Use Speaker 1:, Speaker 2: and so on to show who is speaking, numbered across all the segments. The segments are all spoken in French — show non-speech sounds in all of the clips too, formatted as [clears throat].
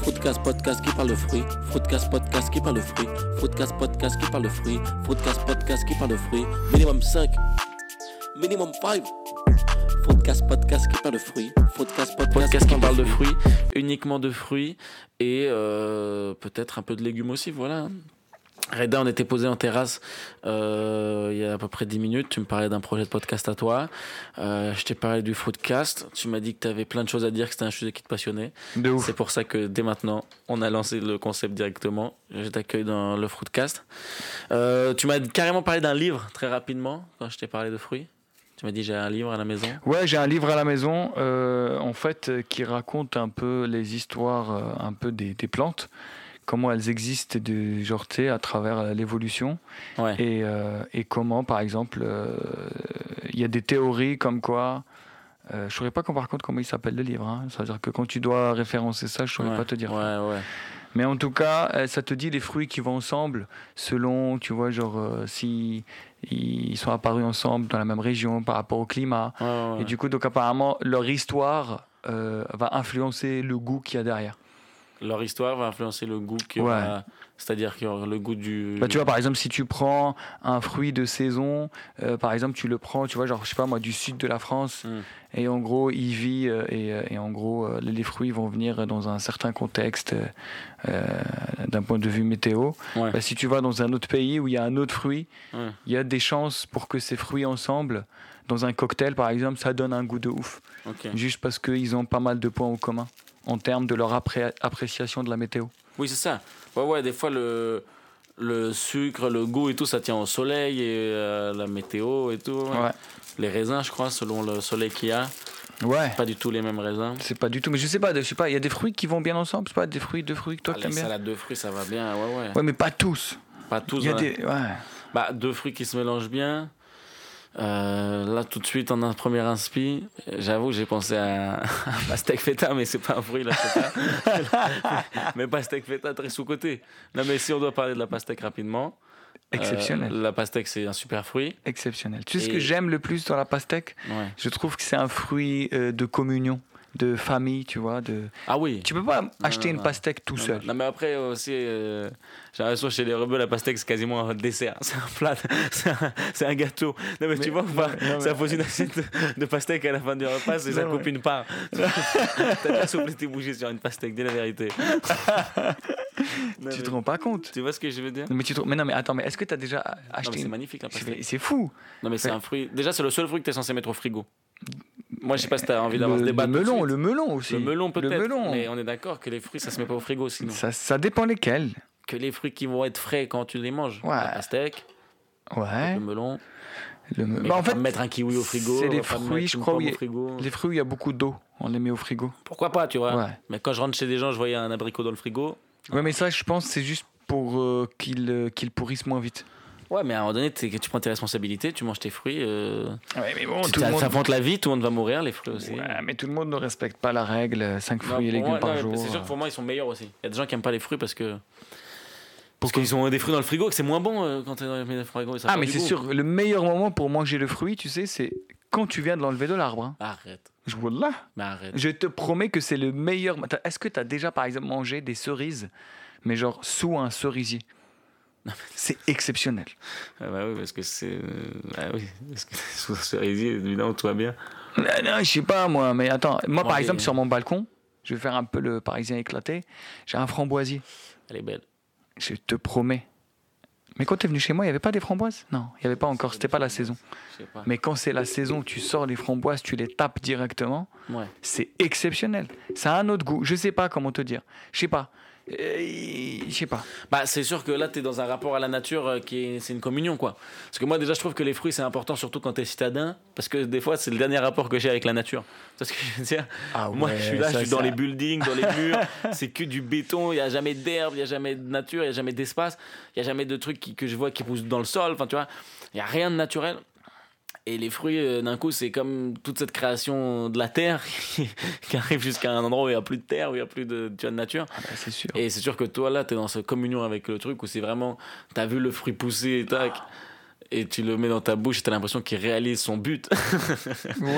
Speaker 1: Fruitcast podcast qui parle de fruits. Fruitcast podcast qui parle de fruits. Fruitcast podcast qui parle de fruits. Fruitcast podcast qui parle de fruits. Minimum 5. Minimum 5. Fruitcast podcast qui parle de fruits. Fruitcast
Speaker 2: podcast qui parle de fruits, uniquement de fruits et euh, peut-être un peu de légumes aussi, voilà. Reda, on était posé en terrasse euh, il y a à peu près 10 minutes. Tu me parlais d'un projet de podcast à toi. Euh, je t'ai parlé du Foodcast. Tu m'as dit que tu avais plein de choses à dire, que c'était un sujet qui te passionnait.
Speaker 3: De ouf.
Speaker 2: C'est pour ça que dès maintenant, on a lancé le concept directement. Je t'accueille dans le Fruitcast. Euh, tu m'as carrément parlé d'un livre très rapidement quand je t'ai parlé de fruits. Tu m'as dit j'ai un livre à la maison.
Speaker 3: Ouais, j'ai un livre à la maison, euh, en fait, euh, qui raconte un peu les histoires, euh, un peu des, des plantes, comment elles existent, de, genre, tu sais, à travers euh, l'évolution,
Speaker 2: Ouais.
Speaker 3: et, euh, et comment, par exemple, euh, il y a des théories comme quoi. euh, je saurais pas quand, par contre comment il s'appelle le livre. hein. Ça veut dire que quand tu dois référencer ça, je saurais
Speaker 2: Ouais,
Speaker 3: pas te dire.
Speaker 2: Ouais, ouais.
Speaker 3: Mais en tout cas, euh, ça te dit les fruits qui vont ensemble, selon, tu vois, genre, euh, si ils sont apparus ensemble dans la même région par rapport au climat.
Speaker 2: Ouais, ouais, ouais.
Speaker 3: Et du coup, donc apparemment, leur histoire euh, va influencer le goût qu'il y a derrière.
Speaker 2: Leur histoire va influencer le goût que.
Speaker 3: Ouais.
Speaker 2: C'est-à-dire qu'il y aura le goût du.
Speaker 3: Bah, tu vois, par exemple, si tu prends un fruit de saison, euh, par exemple, tu le prends, tu vois, genre, je sais pas moi, du sud de la France,
Speaker 2: Mm.
Speaker 3: et en gros, il vit, euh, et, euh, et en gros, euh, les fruits vont venir dans un certain contexte euh, euh, d'un point de vue météo.
Speaker 2: Ouais. Hmm.
Speaker 3: Bah, si tu vas dans un autre pays où il y a un autre fruit,
Speaker 2: Ouais.
Speaker 3: il y a des chances pour que ces fruits ensemble, dans un cocktail par exemple, ça donne un goût de ouf.
Speaker 2: Ok.
Speaker 3: Juste parce qu'ils ont pas mal de points en commun en termes de leur appré- appréciation de la météo.
Speaker 2: Oui, c'est ça. Ouais, ouais, des fois, le, le sucre, le goût et tout, ça tient au soleil et euh, la météo et tout. ouais.
Speaker 3: Ouais.
Speaker 2: Les raisins, je crois, selon le soleil qu'il y a,
Speaker 3: Ouais.
Speaker 2: pas du tout les mêmes raisins.
Speaker 3: C'est pas du tout, mais je sais pas, je sais pas, il y a des fruits qui vont bien ensemble, c'est pas des fruits, deux fruits que toi
Speaker 2: Ah,
Speaker 3: tu
Speaker 2: les
Speaker 3: t'aimes bien.
Speaker 2: salades de fruits, ça va bien, ouais, ouais.
Speaker 3: Ouais, mais pas tous.
Speaker 2: Pas tous. hein.
Speaker 3: Il y a
Speaker 2: voilà.
Speaker 3: des ouais.
Speaker 2: Bah, deux fruits qui se mélangent bien. Euh, là, tout de suite, en un premier inspi, j'avoue, j'ai pensé à, [laughs] à pastèque feta, mais c'est pas un fruit, la feta. [laughs] mais pastèque feta, très sous-côté. Non, mais si on doit parler de la pastèque rapidement. euh,
Speaker 3: exceptionnel,
Speaker 2: la pastèque, c'est un super fruit.
Speaker 3: exceptionnel. Tu sais ce que
Speaker 2: et-
Speaker 3: j'aime le plus dans la pastèque
Speaker 2: Ouais.
Speaker 3: Je trouve que c'est un fruit euh, de communion, de famille, tu vois, de
Speaker 2: Ah oui.
Speaker 3: Tu peux pas acheter
Speaker 2: non,
Speaker 3: une
Speaker 2: non.
Speaker 3: pastèque tout
Speaker 2: Non,
Speaker 3: seul.
Speaker 2: Non, mais après aussi, euh, j'ai l'impression que chez les rebeux, la pastèque, c'est quasiment un décert. [laughs] C'est un plat, c'est un, c'est un gâteau. Non, mais, tu vois, ou pas,
Speaker 3: non,
Speaker 2: ça
Speaker 3: mais-
Speaker 2: pose une
Speaker 3: [laughs]
Speaker 2: assiette de- de pastèque à la fin du repas et ça
Speaker 3: Non,
Speaker 2: coupe
Speaker 3: mais-
Speaker 2: une
Speaker 3: [laughs]
Speaker 2: part. T'as déjà soufflé tes bougies sur une pastèque, dis la
Speaker 3: [laughs]
Speaker 2: vérité. Non,
Speaker 3: Tu
Speaker 2: mais-
Speaker 3: te rends pas compte
Speaker 2: tu vois ce que je veux dire
Speaker 3: Non, Mais, tu te- mais non, mais attends, mais est-ce que tu as déjà
Speaker 2: Non, mais
Speaker 3: acheté
Speaker 2: C'est
Speaker 3: une-
Speaker 2: magnifique la pastèque.
Speaker 3: C'est- C'est fou.
Speaker 2: Non, mais c'est
Speaker 3: Ouais.
Speaker 2: un fruit. Déjà, c'est le seul fruit que t'es censé mettre au frigo. Moi, je sais pas si t'as envie
Speaker 3: le,
Speaker 2: d'avoir ce
Speaker 3: le
Speaker 2: débat. tout de
Speaker 3: melon,
Speaker 2: suite.
Speaker 3: le melon aussi.
Speaker 2: le melon peut-être.
Speaker 3: Le melon.
Speaker 2: Mais on est d'accord que les fruits, ça se met pas au frigo sinon.
Speaker 3: Ça, ça dépend lesquels.
Speaker 2: Que les fruits qui vont être frais quand tu les manges.
Speaker 3: Ouais.
Speaker 2: La pastèque.
Speaker 3: Ouais.
Speaker 2: le melon.
Speaker 3: Le me-
Speaker 2: Mais
Speaker 3: Bah,
Speaker 2: on
Speaker 3: en
Speaker 2: va
Speaker 3: fait,
Speaker 2: pas mettre un kiwi au frigo.
Speaker 3: c'est
Speaker 2: on va
Speaker 3: les
Speaker 2: pas
Speaker 3: fruits,
Speaker 2: mettre
Speaker 3: je
Speaker 2: une
Speaker 3: crois,
Speaker 2: pomme
Speaker 3: où il y
Speaker 2: au
Speaker 3: a-
Speaker 2: frigo.
Speaker 3: les fruits où il y a beaucoup d'eau, on les met au frigo.
Speaker 2: Pourquoi pas, tu vois.
Speaker 3: Ouais.
Speaker 2: Mais quand je rentre chez des gens, je voyais un abricot dans le frigo.
Speaker 3: Ouais, mais ça, je pense, c'est juste pour euh, qu'ils euh, qu'ils pourrissent moins vite.
Speaker 2: Ouais, mais à un moment donné, t'es- tu prends tes responsabilités, tu manges tes fruits. Euh...
Speaker 3: Ouais, mais bon,
Speaker 2: tu t'affrontes la vie, tout le monde va mourir, les fruits aussi.
Speaker 3: Ouais, mais tout le monde ne respecte pas la règle 5
Speaker 2: Non,
Speaker 3: fruits et
Speaker 2: pour
Speaker 3: légumes
Speaker 2: moi-
Speaker 3: par
Speaker 2: non, mais
Speaker 3: jour.
Speaker 2: C'est sûr que pour moi, ils sont meilleurs aussi. Il y a des gens qui aiment pas les fruits parce que. Parce qu'ils ont des fruits dans le frigo et que c'est moins bon euh, quand t'es dans le frigo. et ça
Speaker 3: Ah,
Speaker 2: perd
Speaker 3: mais
Speaker 2: du
Speaker 3: c'est
Speaker 2: goût.
Speaker 3: sûr, le meilleur moment pour manger le fruit, tu sais, c'est quand tu viens de l'enlever de l'arbre. hein.
Speaker 2: Arrête,
Speaker 3: Je vois là.
Speaker 2: mais arrête.
Speaker 3: Je te promets que c'est le meilleur. T'as- Est-ce que tu as déjà, par exemple, mangé des cerises, mais genre sous un cerisier C'est exceptionnel.
Speaker 2: Ah bah oui, parce que c'est. euh, Ah oui, parce que sous ce cerisier, évidemment, tout va bien.
Speaker 3: Non, Euh, non, je sais pas, moi, mais euh, attends.
Speaker 2: Moi,
Speaker 3: Moi, par
Speaker 2: les-
Speaker 3: exemple, sur mon balcon, je vais faire un peu le parisien éclaté, j'ai un framboisier.
Speaker 2: Elle est belle.
Speaker 3: Je te promets. Mais quand t'es venu chez moi, il n'y avait pas des framboises Non, il n'y avait pas encore, c'était pas la saison.
Speaker 2: Je sais pas.
Speaker 3: Mais quand c'est la saison, tu sors les framboises, tu les tapes directement.
Speaker 2: Ouais.
Speaker 3: C'est exceptionnel. Ça a un autre goût. Je sais pas comment te dire. Je sais pas. Euh, Je sais pas.
Speaker 2: Bah, c'est sûr que là, tu es dans un rapport à la nature euh, qui est, c'est une communion, quoi. Parce que moi, déjà, je trouve que les fruits, c'est important, surtout quand tu es citadin, parce que des fois, c'est le dernier rapport que j'ai avec la nature. Tu vois ce que [laughs] je veux dire
Speaker 3: Ah
Speaker 2: Moi, je suis là,
Speaker 3: ça,
Speaker 2: je suis dans
Speaker 3: ça-
Speaker 2: les buildings,
Speaker 3: [laughs]
Speaker 2: dans les murs, c'est que du béton, il n'y a jamais d'herbe, il n'y a jamais de nature, il n'y a jamais d'espace, il n'y a jamais de trucs qui- que je vois qui poussent dans le sol, enfin, tu vois, il n'y a rien de naturel. Et les fruits, euh, d'un coup, c'est comme toute cette création de la terre [laughs] qui arrive jusqu'à un endroit où il n'y a plus de terre, où il n'y a plus de, tu vois, de nature.
Speaker 3: Ah bah, C'est [laughs] sûr.
Speaker 2: Et c'est sûr que toi, là, t'es dans cette communion avec le truc où c'est vraiment. T'as vu le fruit pousser, tac. et tu le mets dans ta bouche et t'as l'impression qu'il réalise son
Speaker 3: [laughs]
Speaker 2: but.
Speaker 3: Ouais.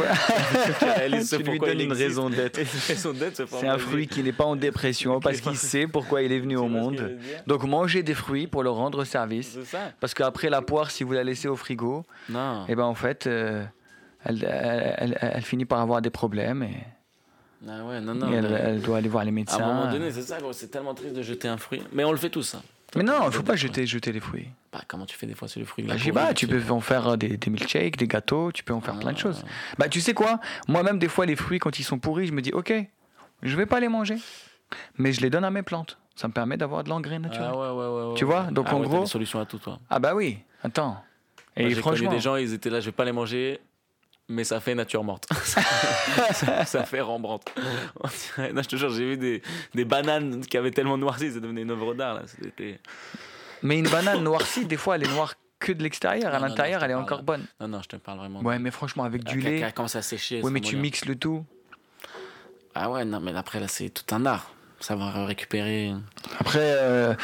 Speaker 2: qu'il réalise ce
Speaker 3: Tu lui
Speaker 2: pourquoi
Speaker 3: donnes
Speaker 2: il
Speaker 3: une
Speaker 2: existe.
Speaker 3: raison d'être.
Speaker 2: Et [laughs]
Speaker 3: [laughs]
Speaker 2: une raison d'être, ce
Speaker 3: C'est un fruit qui n'est pas en [laughs] dépression parce qu'il sait pourquoi il est venu au monde. Donc mangez des fruits pour leur rendre service.
Speaker 2: C'est ça
Speaker 3: Parce qu'après la poire, si vous la laissez au frigo,
Speaker 2: Non.
Speaker 3: eh ben en fait, euh, elle, elle- elle- elle- elle finit par avoir des problèmes et,
Speaker 2: Ah ouais, non, non.
Speaker 3: et elle,
Speaker 2: mais-
Speaker 3: elle doit aller voir les
Speaker 2: à un
Speaker 3: médecins.
Speaker 2: moment donné, c'est ça, gros, c'est tellement triste de jeter un fruit. Mais on le fait tous. hein.
Speaker 3: Mais non, il faut pas jeter, jeter les fruits.
Speaker 2: Bah, comment tu fais des fois sur le fruit
Speaker 3: Bah, je sais pas, tu peux en faire des, des milkshakes, des gâteaux, tu peux en faire plein
Speaker 2: Ah.
Speaker 3: de choses. Bah tu sais quoi Moi-même, des fois, les fruits, quand ils sont pourris, je me dis, ok, je vais pas les manger, mais je les donne à mes plantes. Ça me permet d'avoir de l'engrais naturel.
Speaker 2: Ah ouais, ouais, ouais, ouais,
Speaker 3: Tu vois,
Speaker 2: ouais.
Speaker 3: donc,
Speaker 2: Ah
Speaker 3: en
Speaker 2: ouais, t'as
Speaker 3: gros-
Speaker 2: des solutions à tout, toi.
Speaker 3: Ah bah oui, attends. Et
Speaker 2: Moi, J'ai
Speaker 3: franchement,
Speaker 2: connu des gens, ils étaient là, je vais pas les manger, mais ça fait nature morte. [laughs] ça, ça fait Rembrandt. On dirait- non, je te jure, j'ai vu des, des bananes qui avaient tellement noirci, ça devenait une œuvre d'art. là. C'était-
Speaker 3: mais une banane noircie, des fois, elle est noire que de l'extérieur,
Speaker 2: Non,
Speaker 3: à
Speaker 2: non, non,
Speaker 3: l'intérieur,
Speaker 2: je te
Speaker 3: elle est
Speaker 2: parle.
Speaker 3: encore bonne.
Speaker 2: Non, non, je te parle vraiment.
Speaker 3: Ouais, mais franchement, avec du
Speaker 2: Quand-
Speaker 3: lait,
Speaker 2: quand- quand ça séchait.
Speaker 3: ouais,
Speaker 2: ça
Speaker 3: mais tu
Speaker 2: moyen.
Speaker 3: mixes le tout.
Speaker 2: Ah ouais, non, mais après, là, c'est tout un art. Savoir récupérer.
Speaker 3: Après, euh,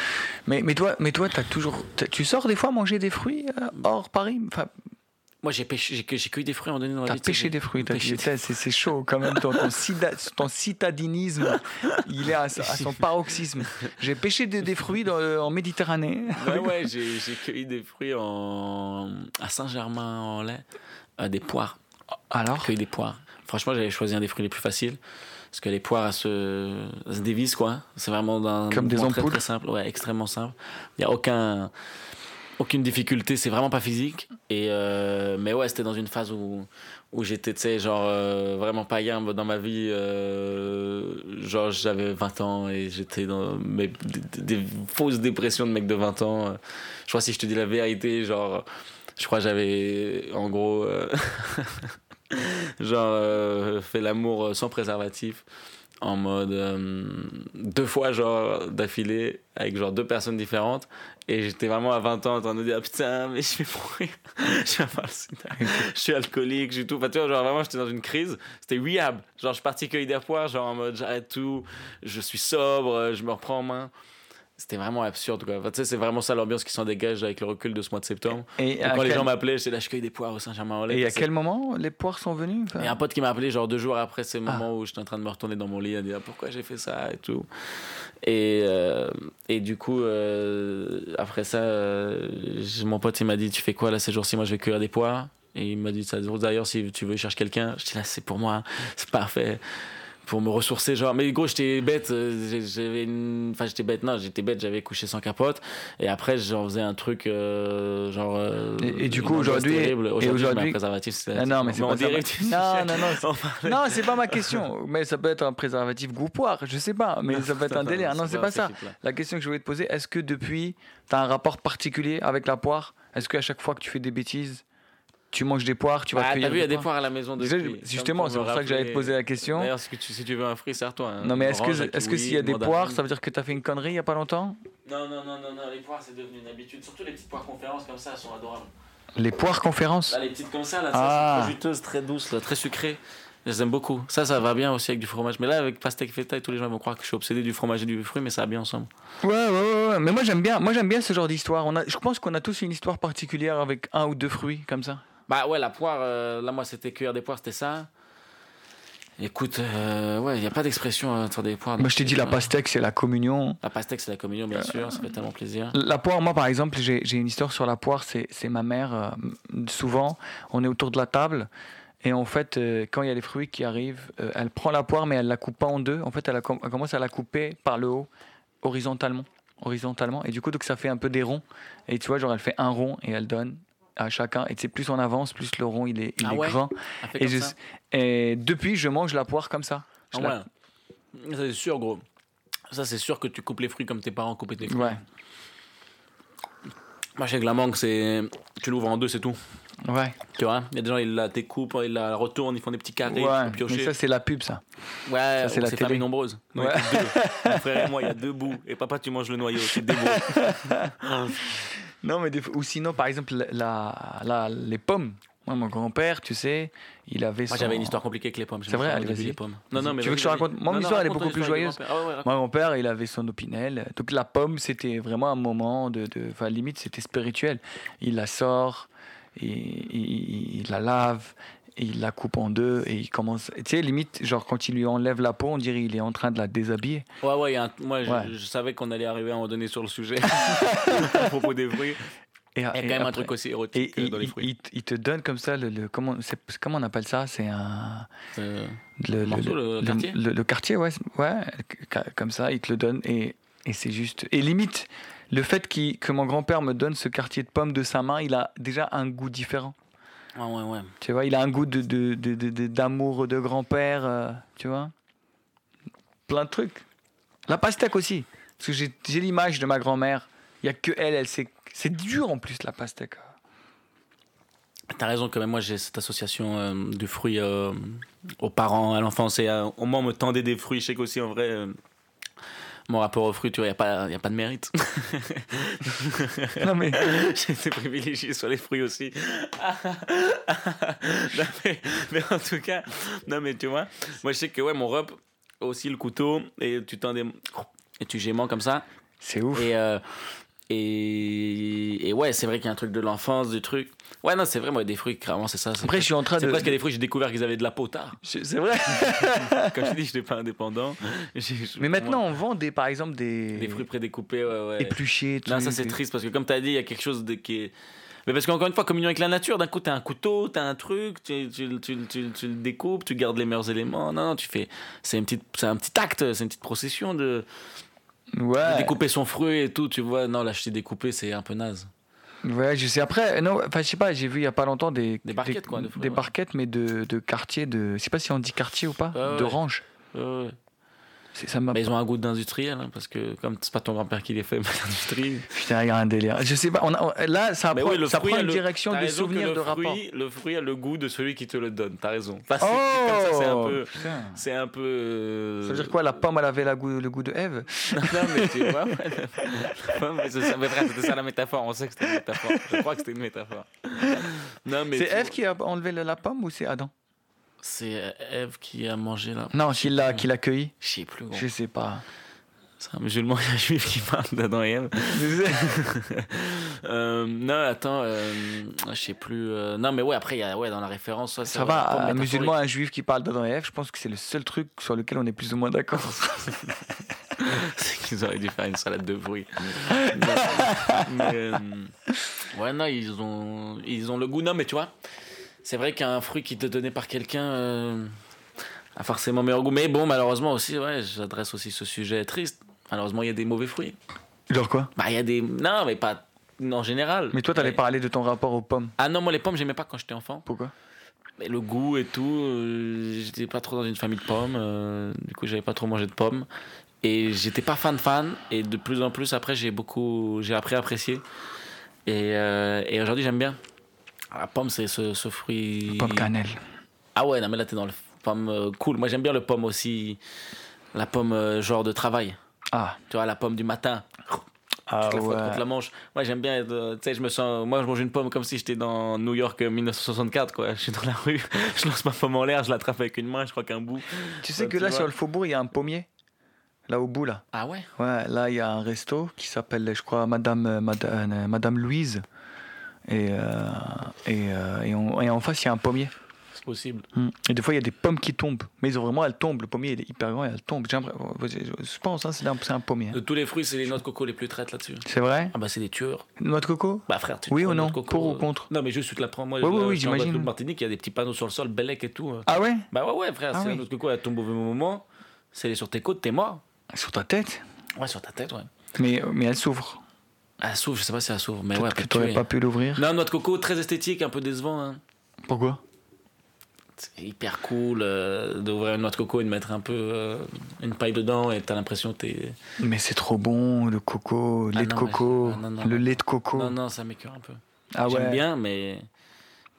Speaker 3: mais, mais toi, mais toi, t'as toujours, t'as- tu sors des fois manger des fruits euh, hors Paris. Enfin,
Speaker 2: Moi, j'ai pêché- j'ai que- j'ai cueilli des fruits en donné dans la
Speaker 3: t'as
Speaker 2: vie, tu sais,
Speaker 3: pêché
Speaker 2: j'ai-
Speaker 3: des fruits. t'as-
Speaker 2: pêché des-
Speaker 3: t'as- C'est c'est chaud quand même. Ton, ton cida- ton citadinisme, il est à, sa- à son paroxysme. J'ai pêché des, des fruits dans- en Méditerranée.
Speaker 2: Ouais, ouais, j'ai j'ai cueilli des fruits en... à Saint-Germain-en-Laye, euh, des poires.
Speaker 3: Alors,
Speaker 2: Cueilli des poires. Franchement, j'avais choisi un des fruits les plus faciles. Parce que les poires, elles se, elles se dévissent, quoi. C'est vraiment d'un.
Speaker 3: Comme des
Speaker 2: mouvement très,
Speaker 3: ampoules.
Speaker 2: Très, simple, ouais, extrêmement simple. Il n'y a aucun, aucune difficulté, c'est vraiment pas physique. Et, euh, mais ouais, c'était dans une phase où, où j'étais, tu sais, genre euh, vraiment païen dans ma vie. euh, genre, j'avais 20 ans et j'étais dans mes- des, des fausses dépressions de mec de 20 ans. Je crois, si je te dis la vérité, genre. Je crois que j'avais, en gros, euh, [laughs] genre, euh, fait l'amour sans préservatif, en mode euh, deux fois, genre, d'affilée, avec genre deux personnes différentes. Et j'étais vraiment à 20 ans en train de me dire, Ah, putain, mais je vais mourir, [laughs] je vais avoir le sida, je suis alcoolique, je suis tout. Enfin, tu vois, genre, vraiment, j'étais dans une crise, c'était rehab. Genre, je suis parti cueillir des poires, genre, en mode, j'arrête tout, je suis sobre, je me reprends en main. C'était vraiment absurde, quoi. Enfin, tu sais, c'est vraiment ça l'ambiance qui s'en dégage avec le recul de ce mois de septembre.
Speaker 3: et
Speaker 2: Et
Speaker 3: à
Speaker 2: quand les
Speaker 3: quel-
Speaker 2: gens m'appelaient, j'étais là, je cueille des poires au Saint-Germain-en-Laye.
Speaker 3: et à
Speaker 2: C'est-
Speaker 3: quel moment les poires sont venues enfin
Speaker 2: Et un pote qui m'a appelé genre deux jours après
Speaker 3: Ah.
Speaker 2: ces moments où j'étais en train de me retourner dans mon lit à dire Ah, pourquoi j'ai fait ça et tout. Et, euh, et du coup, euh, après ça, euh, j'ai- mon pote il m'a dit Tu fais quoi là ces jours-ci Moi je vais cueillir des poires. Et il m'a dit ça D'ailleurs, si tu veux, cherche quelqu'un. Je dis là, c'est pour moi, hein. c'est parfait. Pour me ressourcer, genre. Mais gros, j'étais bête. euh, j'ai- J'avais une. Enfin, j'étais bête, non, j'étais bête, j'avais couché sans capote. Et après, j'en faisais un truc, euh, genre. euh,
Speaker 3: Et- et du
Speaker 2: une
Speaker 3: coup,
Speaker 2: angoisse
Speaker 3: aujourd'hui-
Speaker 2: terrible.
Speaker 3: et
Speaker 2: Aujourd'hui,
Speaker 3: aujourd'hui-
Speaker 2: bah, préservatif, c'est.
Speaker 3: Ah non, mais c'est
Speaker 2: on
Speaker 3: pas ça.
Speaker 2: [laughs] dérive du
Speaker 3: Non,
Speaker 2: sujet.
Speaker 3: non, non, c'est-
Speaker 2: On parle-
Speaker 3: Non, c'est pas ma question. Mais ça peut être un préservatif goût poire, je sais pas. Mais ça peut être un délire. Non, c'est pas ça. La question que je voulais te poser, est-ce que depuis, tu as un rapport particulier avec la poire Est-ce qu'à chaque fois que tu fais des bêtises, tu manges des poires, tu vas
Speaker 2: Ah,
Speaker 3: cueillir
Speaker 2: t'as vu, il y a des
Speaker 3: poires
Speaker 2: poires à la maison de
Speaker 3: Déjà, Justement, c'est pour ça que j'allais te poser la question.
Speaker 2: D'ailleurs, si tu, si tu veux un fruit, sers-toi. un
Speaker 3: Non, mais est-ce
Speaker 2: orange, un
Speaker 3: que est-ce que
Speaker 2: kiwi,
Speaker 3: s'il y a
Speaker 2: une
Speaker 3: des
Speaker 2: mandarine.
Speaker 3: poires, ça veut dire que tu as fait une connerie il y a pas longtemps
Speaker 2: Non, non, non, non, non, les poires, c'est devenu une habitude. Surtout les petites poires conférences comme ça, elles sont adorables.
Speaker 3: Les poires conférences
Speaker 2: Là, les petites comme ça, là,
Speaker 3: Ah.
Speaker 2: ça, c'est très juteuse, très douce, là, très sucrée. Je les aime beaucoup. Ça, ça va bien aussi avec du fromage. Mais là, avec pastèque feta et tous les gens ils vont croire que je suis obsédé du fromage et du fruit, mais ça va bien ensemble.
Speaker 3: Ouais, ouais, ouais, ouais. Mais moi j'aime bien, moi j'aime bien ce genre d'histoire. On a, je pense qu'on a tous une histoire particulière avec un ou deux fruits comme ça.
Speaker 2: Bah ouais, la poire, euh, là, moi, c'était cueillir des poires, c'était ça. Écoute, euh, ouais, il n'y a pas d'expression euh, autour des poires.
Speaker 3: Moi Bah, je t'ai dit la Euh. pastèque, c'est la communion.
Speaker 2: La pastèque, c'est la communion, bien sûr, ça fait tellement plaisir.
Speaker 3: La poire, moi par exemple, j'ai j'ai une histoire sur la poire, c'est c'est ma mère. euh, m- souvent, on est autour de la table et en fait, euh, quand il y a les fruits qui arrivent, euh, elle prend la poire mais elle la coupe pas en deux. En fait, elle, la com- elle commence à la couper par le haut, horizontalement, horizontalement. Et du coup, donc ça fait un peu des ronds. Et tu vois, genre elle fait un rond et elle donne à chacun. Et c'est plus on avance, plus le rond il est, il
Speaker 2: Ah
Speaker 3: est
Speaker 2: ouais
Speaker 3: grand.
Speaker 2: Elle fait
Speaker 3: Et,
Speaker 2: comme
Speaker 3: je-
Speaker 2: ça.
Speaker 3: et depuis, je mange la poire comme ça. Je
Speaker 2: Ah
Speaker 3: la-
Speaker 2: ouais. Ça, c'est sûr, gros. Ça, c'est sûr que tu coupes les fruits comme tes parents coupaient tes fruits.
Speaker 3: Ouais,
Speaker 2: Moi, je sais que la mangue, c'est. Tu l'ouvres en deux, c'est tout.
Speaker 3: ouais,
Speaker 2: Tu vois Il y a des gens, ils la découpent, ils la retournent, ils font des petits carrés,
Speaker 3: ouais.
Speaker 2: ils font piocher.
Speaker 3: Mais ça c'est la pub, ça.
Speaker 2: ouais,
Speaker 3: c'est
Speaker 2: ou
Speaker 3: la
Speaker 2: c'est
Speaker 3: télé.
Speaker 2: famille nombreuse. Non,
Speaker 3: Ouais.
Speaker 2: il y a deux. Mon frère et moi, il y a deux bouts. Et papa, tu manges le noyau, c'est des bouts.
Speaker 3: Non, mais des fois- ou sinon, par exemple, la, la- les pommes. Moi, mon grand-père, tu sais, il avait.
Speaker 2: Moi,
Speaker 3: son-
Speaker 2: j'avais une histoire compliquée avec les pommes.
Speaker 3: C'est vrai,
Speaker 2: J'aime
Speaker 3: allez,
Speaker 2: pas le début
Speaker 3: vas-y.
Speaker 2: des pommes. Non, non, mais
Speaker 3: Tu veux que je te
Speaker 2: vas-y, vas-y.
Speaker 3: raconte Moi,
Speaker 2: Non,
Speaker 3: mon
Speaker 2: non,
Speaker 3: histoire, elle est
Speaker 2: raconte ton
Speaker 3: beaucoup plus
Speaker 2: histoire avec
Speaker 3: joyeuse.
Speaker 2: ton grand-père. Ah ouais, ouais,
Speaker 3: Moi, mon père, il avait son opinel. Donc la pomme, c'était vraiment un moment de, de- enfin, limite, c'était spirituel. Il la sort, il, il- il la lave, et il la coupe en deux et il commence. Tu sais, limite, genre quand il lui enlève la peau, on dirait il est en train de la déshabiller.
Speaker 2: Ouais, ouais, il y a un- moi, je-
Speaker 3: Ouais.
Speaker 2: Je, savais qu'on allait arriver à un moment donné sur le [laughs] sujet à propos des fruits.
Speaker 3: Et,
Speaker 2: Il y a quand même un truc aussi
Speaker 3: Et
Speaker 2: érotique euh,
Speaker 3: il,
Speaker 2: dans les
Speaker 3: il-
Speaker 2: fruits.
Speaker 3: il te- il te donne comme ça le, le- comment c'est comment on appelle ça c'est un
Speaker 2: Euh,
Speaker 3: le,
Speaker 2: Morceau, le quartier
Speaker 3: le- le quartier, ouais c'est- ouais ca- comme ça il te le donne et, et c'est juste et limite le fait qu'il- que mon grand père me donne ce quartier de pommes de sa main il a déjà un goût différent
Speaker 2: Ouais, ouais, ouais.
Speaker 3: tu vois il a un goût de de- de- de- de- d'amour de, grand père tu vois plein de trucs la pastèque aussi parce que j'ai j'ai l'image de ma grand mère il y a que elle elle sait c'est dur en plus la pastèque
Speaker 2: T'as raison, quand même. Moi, j'ai cette association euh, du fruit euh, aux parents, à l'enfance. Et euh, au moins, on me tendait des fruits. Je sais qu'aussi, en vrai, euh, mon rapport aux fruits, tu vois, il n'y a, pas de mérite.
Speaker 3: non [laughs] mais
Speaker 2: [laughs] J'étais privilégié sur les fruits aussi. [laughs] non, mais, mais en tout cas, non, mais tu vois, moi, je sais que ouais, mon rep, aussi le couteau, et tu tendais. Et tu géments comme ça.
Speaker 3: c'est ouf
Speaker 2: Et, euh, et, et ouais, c'est vrai qu'il y a un truc de l'enfance, du truc. Ouais, non, c'est vrai, moi, des fruits, clairement, c'est ça. c'est
Speaker 3: Après, je suis en train
Speaker 2: C'est
Speaker 3: de.
Speaker 2: presque des fruits, j'ai découvert qu'ils avaient de la peau
Speaker 3: [laughs]
Speaker 2: tard.
Speaker 3: Je- [laughs] C'est vrai.
Speaker 2: Quand je dis que je n'étais pas indépendant. j'ai- je-
Speaker 3: Mais maintenant,
Speaker 2: moi,
Speaker 3: on vend des, par exemple des,
Speaker 2: Des fruits prédécoupés, ouais, ouais.
Speaker 3: épluchés.
Speaker 2: Non,
Speaker 3: trucs,
Speaker 2: ça c'est
Speaker 3: des-
Speaker 2: triste parce que comme tu as dit, il y a quelque chose de, qui est. Mais parce qu'encore une fois, communion avec la nature, d'un coup t'as un couteau, t'as un truc, tu, tu, tu, tu- tu le découpes, tu gardes les meilleurs éléments. Non, non, tu fais. C'est une petite- c'est un petit acte, c'est une petite procession de, de
Speaker 3: Ouais.
Speaker 2: découper son fruit et tout, tu vois. Non, là je t'ai découpé, c'est un peu naze.
Speaker 3: Ouais, je sais. Après, non, enfin, je sais pas. J'ai vu il y a pas longtemps des
Speaker 2: Des barquettes, quoi, de fruits,
Speaker 3: des
Speaker 2: ouais.
Speaker 3: barquettes, mais de, de quartier de. Je sais pas si on dit quartier ou pas.
Speaker 2: Ouais, ouais.
Speaker 3: D'orange.
Speaker 2: Euh,
Speaker 3: C'est ça m'a.
Speaker 2: Mais ils ont un goût d'industriel, hein, parce que comme c'est pas ton grand-père qui les fait, [laughs] mais l'industrie.
Speaker 3: Putain, il y a un délire. Je sais pas. On a- on- là, ça
Speaker 2: Mais
Speaker 3: prend,
Speaker 2: oui, le
Speaker 3: ça
Speaker 2: fruit
Speaker 3: prend
Speaker 2: a
Speaker 3: une
Speaker 2: le-
Speaker 3: direction
Speaker 2: T'as
Speaker 3: de
Speaker 2: raison que
Speaker 3: souvenirs
Speaker 2: le
Speaker 3: de rapport.
Speaker 2: fruit- Le fruit a le goût de celui qui te le donne, t'as raison. Enfin, c'est-
Speaker 3: Oh.
Speaker 2: comme ça, c'est un peu.
Speaker 3: Putain.
Speaker 2: C'est un peu. euh,
Speaker 3: Ça veut dire quoi La pomme, elle avait la goût- le goût de Ève.
Speaker 2: [laughs] non, mais tu
Speaker 3: [laughs]
Speaker 2: vois. ouais, ouais, mais c'est ça- mais frère, c'était ça la métaphore. On sait que c'était une métaphore. Je crois que c'était une métaphore. Non, mais.
Speaker 3: C'est
Speaker 2: tu
Speaker 3: Ève
Speaker 2: vois,
Speaker 3: qui a enlevé le- la pomme ou c'est Adam
Speaker 2: C'est euh, Ève qui a mangé là.
Speaker 3: Non, qui l'a qui l'a cueilli.
Speaker 2: Je sais plus. gros.
Speaker 3: Je
Speaker 2: [laughs]
Speaker 3: sais pas.
Speaker 2: C'est un [laughs] musulman et un juif qui parle d'Adam et Ève. Euh, non, attends. euh, je sais plus. euh, non, mais ouais, après, il y a, ouais, dans la référence. ouais, c'est
Speaker 3: Ça
Speaker 2: vrai,
Speaker 3: va, euh,
Speaker 2: comme
Speaker 3: un
Speaker 2: métaphorique.
Speaker 3: musulman, un juif qui parle d'Adam et Ève, je pense que c'est le seul truc sur lequel on est plus ou moins d'accord.
Speaker 2: [laughs] C'est qu'ils auraient dû faire une salade de
Speaker 3: [laughs]
Speaker 2: bruit. mais, euh, ouais, non, ils ont, ils ont le goût. Non, mais tu vois, c'est vrai qu'un fruit qui te donnait par quelqu'un euh, a forcément meilleur goût. Mais bon, malheureusement aussi, ouais, j'adresse aussi ce sujet triste. Malheureusement, il y a des mauvais fruits.
Speaker 3: [laughs] Genre quoi
Speaker 2: Bah, il y a des. Non, mais pas en général.
Speaker 3: Mais toi, t'allais parler de ton rapport aux pommes.
Speaker 2: Ah non, moi, les pommes, j'aimais pas quand j'étais enfant.
Speaker 3: Pourquoi
Speaker 2: Mais le goût et tout, euh, j'étais pas trop dans une famille de pommes, euh, du coup j'avais pas trop mangé de pommes. Et j'étais pas fan fan, et de plus en plus après j'ai beaucoup, j'ai appris à apprécier. Et, euh, et aujourd'hui j'aime bien. Ah, La pomme c'est ce, ce fruit.
Speaker 3: Pomme cannelle.
Speaker 2: Ah ouais, non mais là t'es dans le pomme euh, cool. Moi j'aime bien le pomme aussi, la pomme euh, genre de travail.
Speaker 3: Ah.
Speaker 2: Tu vois, la pomme du matin.
Speaker 3: Ah
Speaker 2: toute la fois
Speaker 3: ouais.
Speaker 2: contre la manche. Moi, j'aime bien. être, euh, tu sais, je me sens. Moi, je mange une pomme comme si j'étais dans New York euh, 1964, quoi. Je suis dans la rue, [laughs] je lance ma pomme en l'air, je l'attrape avec une main, je crois qu'un bout.
Speaker 3: Tu sais
Speaker 2: Bah,
Speaker 3: que
Speaker 2: tu
Speaker 3: là,
Speaker 2: vois.
Speaker 3: sur le faubourg, il y a un pommier. Là, au bout, là.
Speaker 2: Ah ouais
Speaker 3: Ouais, là, il y a un resto qui s'appelle, je crois, Madame, euh, Madame, euh, Madame Louise. Et, euh, et, euh, et on- et en face, il y a un pommier.
Speaker 2: C'est possible.
Speaker 3: Hmm. Et des fois, il y a des pommes qui tombent. Mais ils ont vraiment, elles tombent. Le pommier, il est hyper grand et elles tombent. J'ai l'impression- Je pense, hein, c'est un, c'est un pommier. hein.
Speaker 2: De tous les fruits, c'est les noix de coco les plus traites là-dessus.
Speaker 3: C'est vrai
Speaker 2: Ah bah, c'est des tueurs.
Speaker 3: Noix de coco
Speaker 2: Bah, frère, tu te
Speaker 3: Oui
Speaker 2: prends
Speaker 3: ou
Speaker 2: une noix
Speaker 3: non
Speaker 2: de coco,
Speaker 3: Pour ou
Speaker 2: euh,
Speaker 3: contre
Speaker 2: Non, mais juste tu te la prends. Moi,
Speaker 3: Ouais, ouais,
Speaker 2: là,
Speaker 3: oui,
Speaker 2: je suis en
Speaker 3: j'imagine.
Speaker 2: Guadeloupe, Martinique, il y a des petits panneaux sur le sol, Bellec et tout. euh.
Speaker 3: Ah ouais
Speaker 2: Bah ouais, ouais, frère,
Speaker 3: Ah
Speaker 2: si la
Speaker 3: oui.
Speaker 2: noix de coco elle tombe au mauvais moment, si elle est sur tes côtes, t'es mort.
Speaker 3: Sur ta tête
Speaker 2: Ouais, sur ta tête, ouais.
Speaker 3: Mais, mais elle s'ouvre.
Speaker 2: Elle s'ouvre, je sais pas si elle s'ouvre, mais ouais, elle
Speaker 3: Peut-être que
Speaker 2: peut
Speaker 3: tu n'aurais
Speaker 2: tuer.
Speaker 3: pas pu l'ouvrir.
Speaker 2: Non, noix de coco, très esthétique, un peu décevant. hein.
Speaker 3: Pourquoi
Speaker 2: C'est hyper cool euh, d'ouvrir une noix de coco et de mettre un peu euh, une paille dedans et t'as l'impression que t'es.
Speaker 3: Mais c'est trop bon, le coco, le
Speaker 2: Ah
Speaker 3: lait de
Speaker 2: non,
Speaker 3: coco,
Speaker 2: mais- ah non, non,
Speaker 3: le
Speaker 2: non.
Speaker 3: lait de coco.
Speaker 2: Non, non, ça m'écœure un peu.
Speaker 3: ah ouais.
Speaker 2: J'aime bien, mais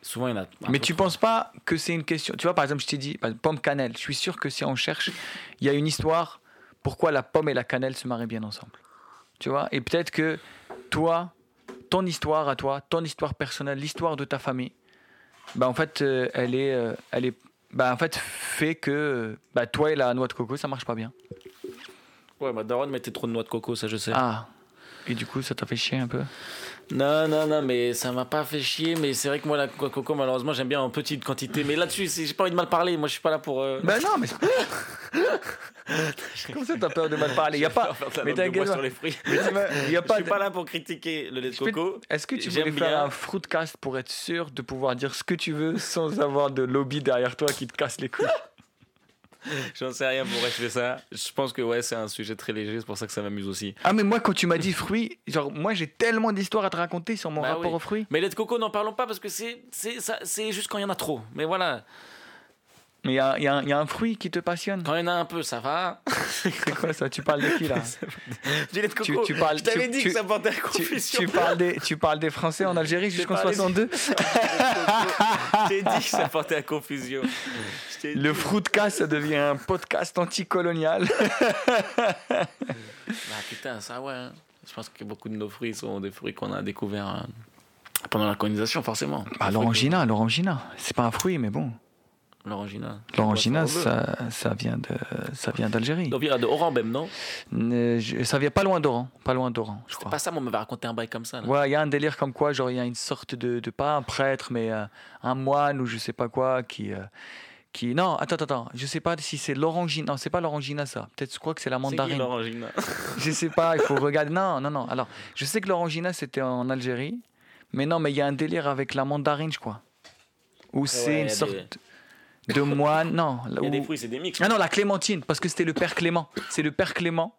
Speaker 2: souvent il y en a. un
Speaker 3: Mais
Speaker 2: peu
Speaker 3: tu
Speaker 2: trop.
Speaker 3: penses pas que c'est une question. Tu vois, par exemple, je t'ai dit, par exemple, pomme cannelle. Je suis sûr que si on cherche, il y a une histoire pourquoi la pomme et la cannelle se marient bien ensemble. Tu vois Et peut-être que toi, ton histoire à toi, ton histoire personnelle, l'histoire de ta famille, bah, en fait, euh, elle est, euh, elle est, bah, en fait, fait que euh, bah, toi et la noix de coco, ça marche pas bien.
Speaker 2: Ouais, ma daronne mettait trop de noix de coco, ça je sais.
Speaker 3: Ah. Et du coup, ça t'a fait chier un peu
Speaker 2: Non, non, non, mais ça m'a pas fait chier. Mais c'est vrai que moi, la noix de coco, malheureusement, j'aime bien en petite quantité. Mais là-dessus, c'est- j'ai pas envie de mal parler. Moi, je suis pas là pour. euh,
Speaker 3: Bah non, mais. [laughs] Comme ça, t'as peur de mal
Speaker 2: [laughs]
Speaker 3: parler. Y a pas.
Speaker 2: faire de la
Speaker 3: Mais
Speaker 2: langue de bois
Speaker 3: t'inquiète
Speaker 2: sur
Speaker 3: pas.
Speaker 2: les fruits.
Speaker 3: Y a
Speaker 2: Je
Speaker 3: pas.
Speaker 2: suis
Speaker 3: de-
Speaker 2: pas là pour critiquer le lait de
Speaker 3: Je peux-
Speaker 2: coco.
Speaker 3: Est-ce que tu
Speaker 2: J'aime
Speaker 3: voulais faire
Speaker 2: bien.
Speaker 3: un fruitcast pour être sûr de pouvoir dire ce que tu veux sans avoir de lobby derrière toi qui te casse les couilles
Speaker 2: J'en sais rien pour achever ça. Je pense que ouais, c'est un sujet très léger. C'est pour ça que ça m'amuse aussi.
Speaker 3: Ah mais moi quand tu m'as dit fruits, genre moi j'ai tellement d'histoires à te raconter sur mon
Speaker 2: Bah
Speaker 3: rapport
Speaker 2: oui.
Speaker 3: aux fruits.
Speaker 2: Mais lait de coco, n'en parlons pas parce que c'est c'est ça- c'est juste quand il y en a trop. Mais voilà,
Speaker 3: Mais il y a, y a un- y a un fruit qui te passionne.
Speaker 2: quand il y en a un peu, ça va.
Speaker 3: [laughs] C'est quoi ça [laughs] Tu parles de qui là
Speaker 2: [laughs] Du lait de coco.
Speaker 3: Tu- tu parles-
Speaker 2: Je t'avais
Speaker 3: tu-
Speaker 2: dit
Speaker 3: tu-
Speaker 2: que ça portait à
Speaker 3: tu,
Speaker 2: confusion. [laughs]
Speaker 3: tu parles des, tu parles des Français en Algérie [laughs] jusqu'en
Speaker 2: parlé du-
Speaker 3: 62
Speaker 2: Je t'ai dit que ça portait à confusion. Je t'ai dit.
Speaker 3: Le fruitcast, ça devient un podcast anticolonial.
Speaker 2: Bah putain, ça ouais. hein. Je pense que beaucoup de nos fruits sont des fruits qu'on a découverts euh, pendant la colonisation, forcément.
Speaker 3: Bah, l'orangina, l'orangina. C'est pas un fruit, mais bon.
Speaker 2: L'orangina.
Speaker 3: L'orangina, ça, ça vient de, ça vient d'Algérie.
Speaker 2: Donc il y a de Oran même, non
Speaker 3: Euh, je- Ça vient pas loin d'Oran, pas loin d'Oran, je
Speaker 2: C'est
Speaker 3: crois.
Speaker 2: pas ça, moi, on m'avait raconté un bail comme ça. là.
Speaker 3: Oh. Ouais, il y a un délire comme quoi, genre il y a une sorte de, de- pas un prêtre, mais euh, un moine ou je sais pas quoi qui, euh, qui. Non, attends, attends, attends. Je sais pas si c'est l'orangina. Non, c'est pas l'orangina ça. Peut-être je crois que c'est la
Speaker 2: C'est qui,
Speaker 3: mandarine.
Speaker 2: l'orangina
Speaker 3: Je sais pas, il faut regarder. Non, non, non. Alors, je sais que l'orangina, c'était en Algérie. Mais non, mais il y a un délire avec la mandarine, je crois. Où
Speaker 2: ouais,
Speaker 3: c'est
Speaker 2: y a
Speaker 3: une
Speaker 2: des-
Speaker 3: sorte de moine. Non, là
Speaker 2: Il y a des
Speaker 3: où-
Speaker 2: fruits, c'est des mix.
Speaker 3: Ah non, la clémentine, parce que c'était le père Clément. C'est le père Clément.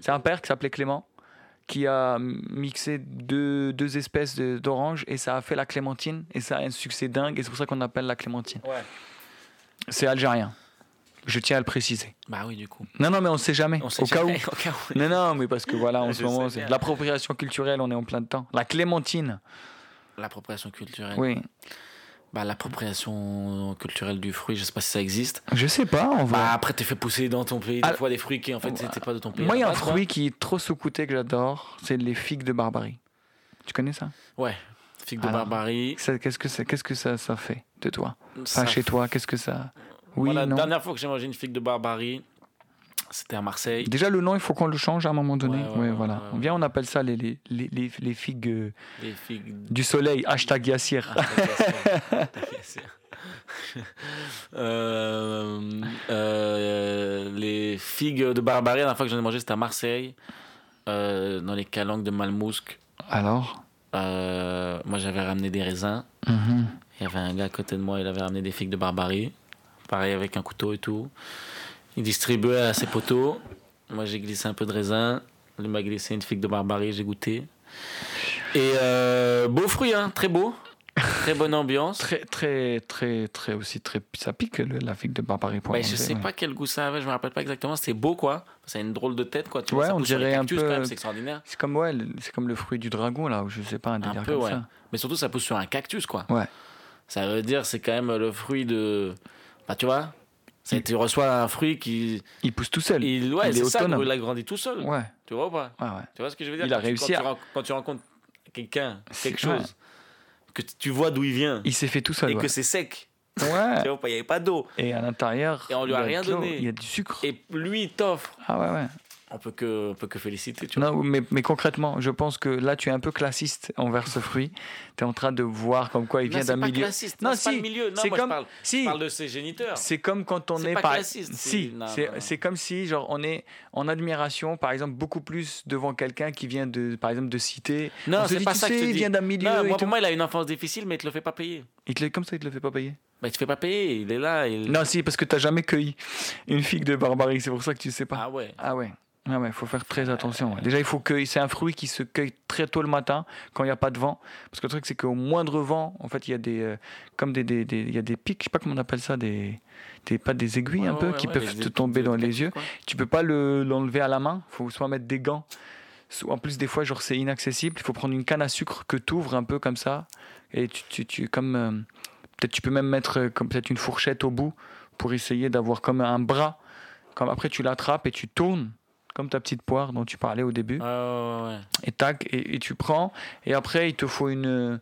Speaker 3: C'est un père qui s'appelait Clément qui a mixé deux, deux espèces de- d'oranges et ça a fait la clémentine et ça a un succès dingue et c'est pour ça qu'on appelle la clémentine.
Speaker 2: Ouais.
Speaker 3: C'est algérien. Je tiens à le préciser.
Speaker 2: Bah oui, du coup.
Speaker 3: Non, non, mais on sait jamais.
Speaker 2: On sait
Speaker 3: Eh, au cas où.
Speaker 2: jamais, [laughs] au cas où.
Speaker 3: Non, non, mais parce que voilà, en
Speaker 2: [laughs] Je
Speaker 3: ce moment,
Speaker 2: sais
Speaker 3: c'est
Speaker 2: bien.
Speaker 3: l'appropriation culturelle, on est en plein dedans. La clémentine,
Speaker 2: L'appropriation culturelle.
Speaker 3: oui.
Speaker 2: Bah, l'appropriation culturelle du fruit, je sais pas si ça existe.
Speaker 3: Je sais pas, en vrai.
Speaker 2: Bah, après, t'es fait pousser dans ton pays des
Speaker 3: Ah.
Speaker 2: fois des fruits qui, en fait, c'était pas de ton pays.
Speaker 3: Moi, il y a
Speaker 2: à
Speaker 3: un
Speaker 2: la base, quoi.
Speaker 3: fruit qui est trop sous-coûté que j'adore, c'est les figues de Barbarie. Tu connais ça
Speaker 2: Ouais. Figue de
Speaker 3: Alors.
Speaker 2: barbarie.
Speaker 3: Ça- Qu'est-ce que, ça, qu'est-ce que ça, ça fait de toi Enfin,
Speaker 2: Ça
Speaker 3: chez toi, qu'est-ce que ça. Oui,
Speaker 2: Moi, la
Speaker 3: non.
Speaker 2: dernière fois que j'ai mangé une figue de barbarie, c'était à Marseille.
Speaker 3: Déjà, le nom, il faut qu'on le change à un moment donné.
Speaker 2: Ouais,
Speaker 3: Ouais,
Speaker 2: ouais, ouais,
Speaker 3: voilà.
Speaker 2: ouais, ouais.
Speaker 3: Viens, on appelle ça les, les, les, les- les figues euh,
Speaker 2: Des figues.
Speaker 3: du soleil, hashtag Yassir.
Speaker 2: [laughs] Ah, t'as bien sûr. T'as bien sûr. [laughs] Euh, euh, les figues de barbarie, la dernière fois que j'en ai mangé, c'était à Marseille, euh, dans les calanques de Malmousque.
Speaker 3: Alors
Speaker 2: Euh, moi, j'avais ramené des raisins.
Speaker 3: Mhm.
Speaker 2: Il y avait un gars à côté de moi, il avait ramené des figues de barbarie. Pareil avec un couteau et tout. Il distribuait à ses poteaux. Moi, j'ai glissé un peu de raisin. Lui m'a glissé une figue de barbarie, j'ai goûté. Et euh, beau fruit, hein, très beau. Très bonne ambiance.
Speaker 3: Très, très, très, très aussi, très. Ça pique le- la figue de Barbarie pour
Speaker 2: Ouais,
Speaker 3: manger,
Speaker 2: Bah, je sais
Speaker 3: ouais.
Speaker 2: pas quel goût ça avait, je me rappelle pas exactement. C'était beau, quoi. Ça a une drôle de tête, quoi. Tu
Speaker 3: Ouais,
Speaker 2: ça
Speaker 3: on
Speaker 2: pousse sur les
Speaker 3: dirait un
Speaker 2: cactus,
Speaker 3: peu-
Speaker 2: quand même, c'est extraordinaire.
Speaker 3: C'est comme, ouais, le- c'est comme le fruit du dragon, là, ou je sais pas, un délire
Speaker 2: peu,
Speaker 3: comme
Speaker 2: ouais.
Speaker 3: ça.
Speaker 2: Mais surtout, ça pousse sur un cactus, quoi.
Speaker 3: Ouais.
Speaker 2: Ça veut dire, c'est quand même le fruit de. Bah, tu vois, c'est- tu reçois un fruit qui.
Speaker 3: Il pousse tout seul.
Speaker 2: Il, ouais,
Speaker 3: Il
Speaker 2: c'est
Speaker 3: est
Speaker 2: ça,
Speaker 3: autonome.
Speaker 2: il a grandi tout seul.
Speaker 3: Ouais, ouais,
Speaker 2: Tu vois ou pas
Speaker 3: ouais.
Speaker 2: Tu vois ce que je veux dire
Speaker 3: Il a
Speaker 2: Quand tu-
Speaker 3: réussi
Speaker 2: quand,
Speaker 3: à-
Speaker 2: tu, ren- quand tu rencontres quelqu'un,
Speaker 3: C'est-
Speaker 2: quelque chose, que t- tu vois d'où il vient
Speaker 3: Il s'est fait tout seul.
Speaker 2: et que
Speaker 3: ouais.
Speaker 2: c'est sec,
Speaker 3: Ouais.
Speaker 2: [laughs] tu vois ou pas Il n'y avait pas d'eau.
Speaker 3: Et à l'intérieur,
Speaker 2: Et on lui
Speaker 3: il y
Speaker 2: a
Speaker 3: de
Speaker 2: rien
Speaker 3: l'eau,
Speaker 2: donné.
Speaker 3: Il y a du sucre.
Speaker 2: Et lui, il t'offre.
Speaker 3: Ah ouais, ouais.
Speaker 2: On peut que, on peut que féliciter, tu vois.
Speaker 3: Non, mais, mais concrètement, je pense que là, tu es un peu classiste envers ce fruit. Tu es en train de voir comme quoi il
Speaker 2: Non,
Speaker 3: vient
Speaker 2: c'est
Speaker 3: d'un
Speaker 2: pas
Speaker 3: milieu.
Speaker 2: classiste. Non,
Speaker 3: Non,
Speaker 2: c'est pas
Speaker 3: si,
Speaker 2: le milieu. Non,
Speaker 3: c'est
Speaker 2: moi,
Speaker 3: comme-
Speaker 2: je, parle, je
Speaker 3: Si,
Speaker 2: parle de ses géniteurs.
Speaker 3: c'est comme quand on
Speaker 2: C'est
Speaker 3: est.
Speaker 2: pas
Speaker 3: par-
Speaker 2: classiste, c'est-
Speaker 3: Si,
Speaker 2: non,
Speaker 3: c'est-
Speaker 2: non, non.
Speaker 3: c'est comme si, genre, on est en admiration, par exemple, beaucoup plus devant quelqu'un qui vient de, par exemple, de cité.
Speaker 2: Non,
Speaker 3: On se
Speaker 2: c'est
Speaker 3: dit,
Speaker 2: pas
Speaker 3: tu
Speaker 2: ça que
Speaker 3: sais,
Speaker 2: je te
Speaker 3: Il
Speaker 2: dis.
Speaker 3: vient d'un milieu.
Speaker 2: Non,
Speaker 3: et
Speaker 2: moi,
Speaker 3: tout.
Speaker 2: pour moi, il a une enfance difficile, mais il te le fait pas payer.
Speaker 3: Il te le- comme ça, il te le fait pas payer.
Speaker 2: Bah, il te fait pas payer, il est là. Il...
Speaker 3: Non, si, parce que t'as jamais cueilli une figue de barbarie, c'est pour ça que tu sais pas.
Speaker 2: Ah ouais.
Speaker 3: Ah ouais. Ah ouais, faut faire très attention. ouais. Déjà, il faut cueillir. C'est un fruit qui se cueille très tôt le matin quand il n'y a pas de vent. Parce que le truc, c'est qu'au moindre vent, en fait, il y a des, euh, comme des, des, des- il y a des pics, je sais pas comment on appelle ça, des, des pas des aiguilles
Speaker 2: Ouais,
Speaker 3: un
Speaker 2: ouais,
Speaker 3: peu
Speaker 2: Ah ouais,
Speaker 3: qui
Speaker 2: ouais,
Speaker 3: peuvent
Speaker 2: les-
Speaker 3: te tomber dans les yeux.
Speaker 2: quoi.
Speaker 3: Tu peux pas le- l'enlever à la main. Faut soit mettre des gants. soit- En plus, des fois, genre c'est inaccessible. Il faut prendre une canne à sucre que tu ouvres un peu comme ça. Et tu, tu, tu comme euh, peut-être tu peux même mettre euh, comme peut-être une fourchette au bout pour essayer d'avoir comme un bras. Comme après, tu l'attrapes et tu tournes comme ta petite poire dont tu parlais au début.
Speaker 2: Ouais, ouais, ouais, ouais.
Speaker 3: Et tac, et, et tu prends. Et après, il te faut une euh,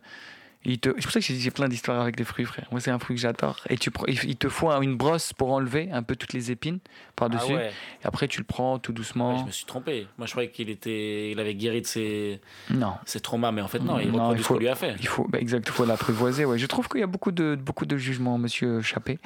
Speaker 3: Il te... C'est pour ça que j'ai j'ai plein d'histoires avec des fruits, frère. Moi, c'est un fruit que j'adore. Et tu prends- il il te faut une brosse pour enlever un peu toutes les épines
Speaker 2: Ah
Speaker 3: par-dessus.
Speaker 2: ouais.
Speaker 3: Et après, tu le prends tout
Speaker 2: Ouais,
Speaker 3: doucement.
Speaker 2: je me suis trompé. Moi, je croyais qu'il était, il avait guéri de ses,
Speaker 3: Non.
Speaker 2: ses traumas, mais en fait, non, il
Speaker 3: Non,
Speaker 2: reproduit
Speaker 3: il
Speaker 2: ce qu'on
Speaker 3: faut-
Speaker 2: lui a fait.
Speaker 3: Il faut, bah, exact, il faut l'apprivoiser. Ouais. Je trouve qu'il y a beaucoup de, beaucoup de jugements, monsieur Chappé.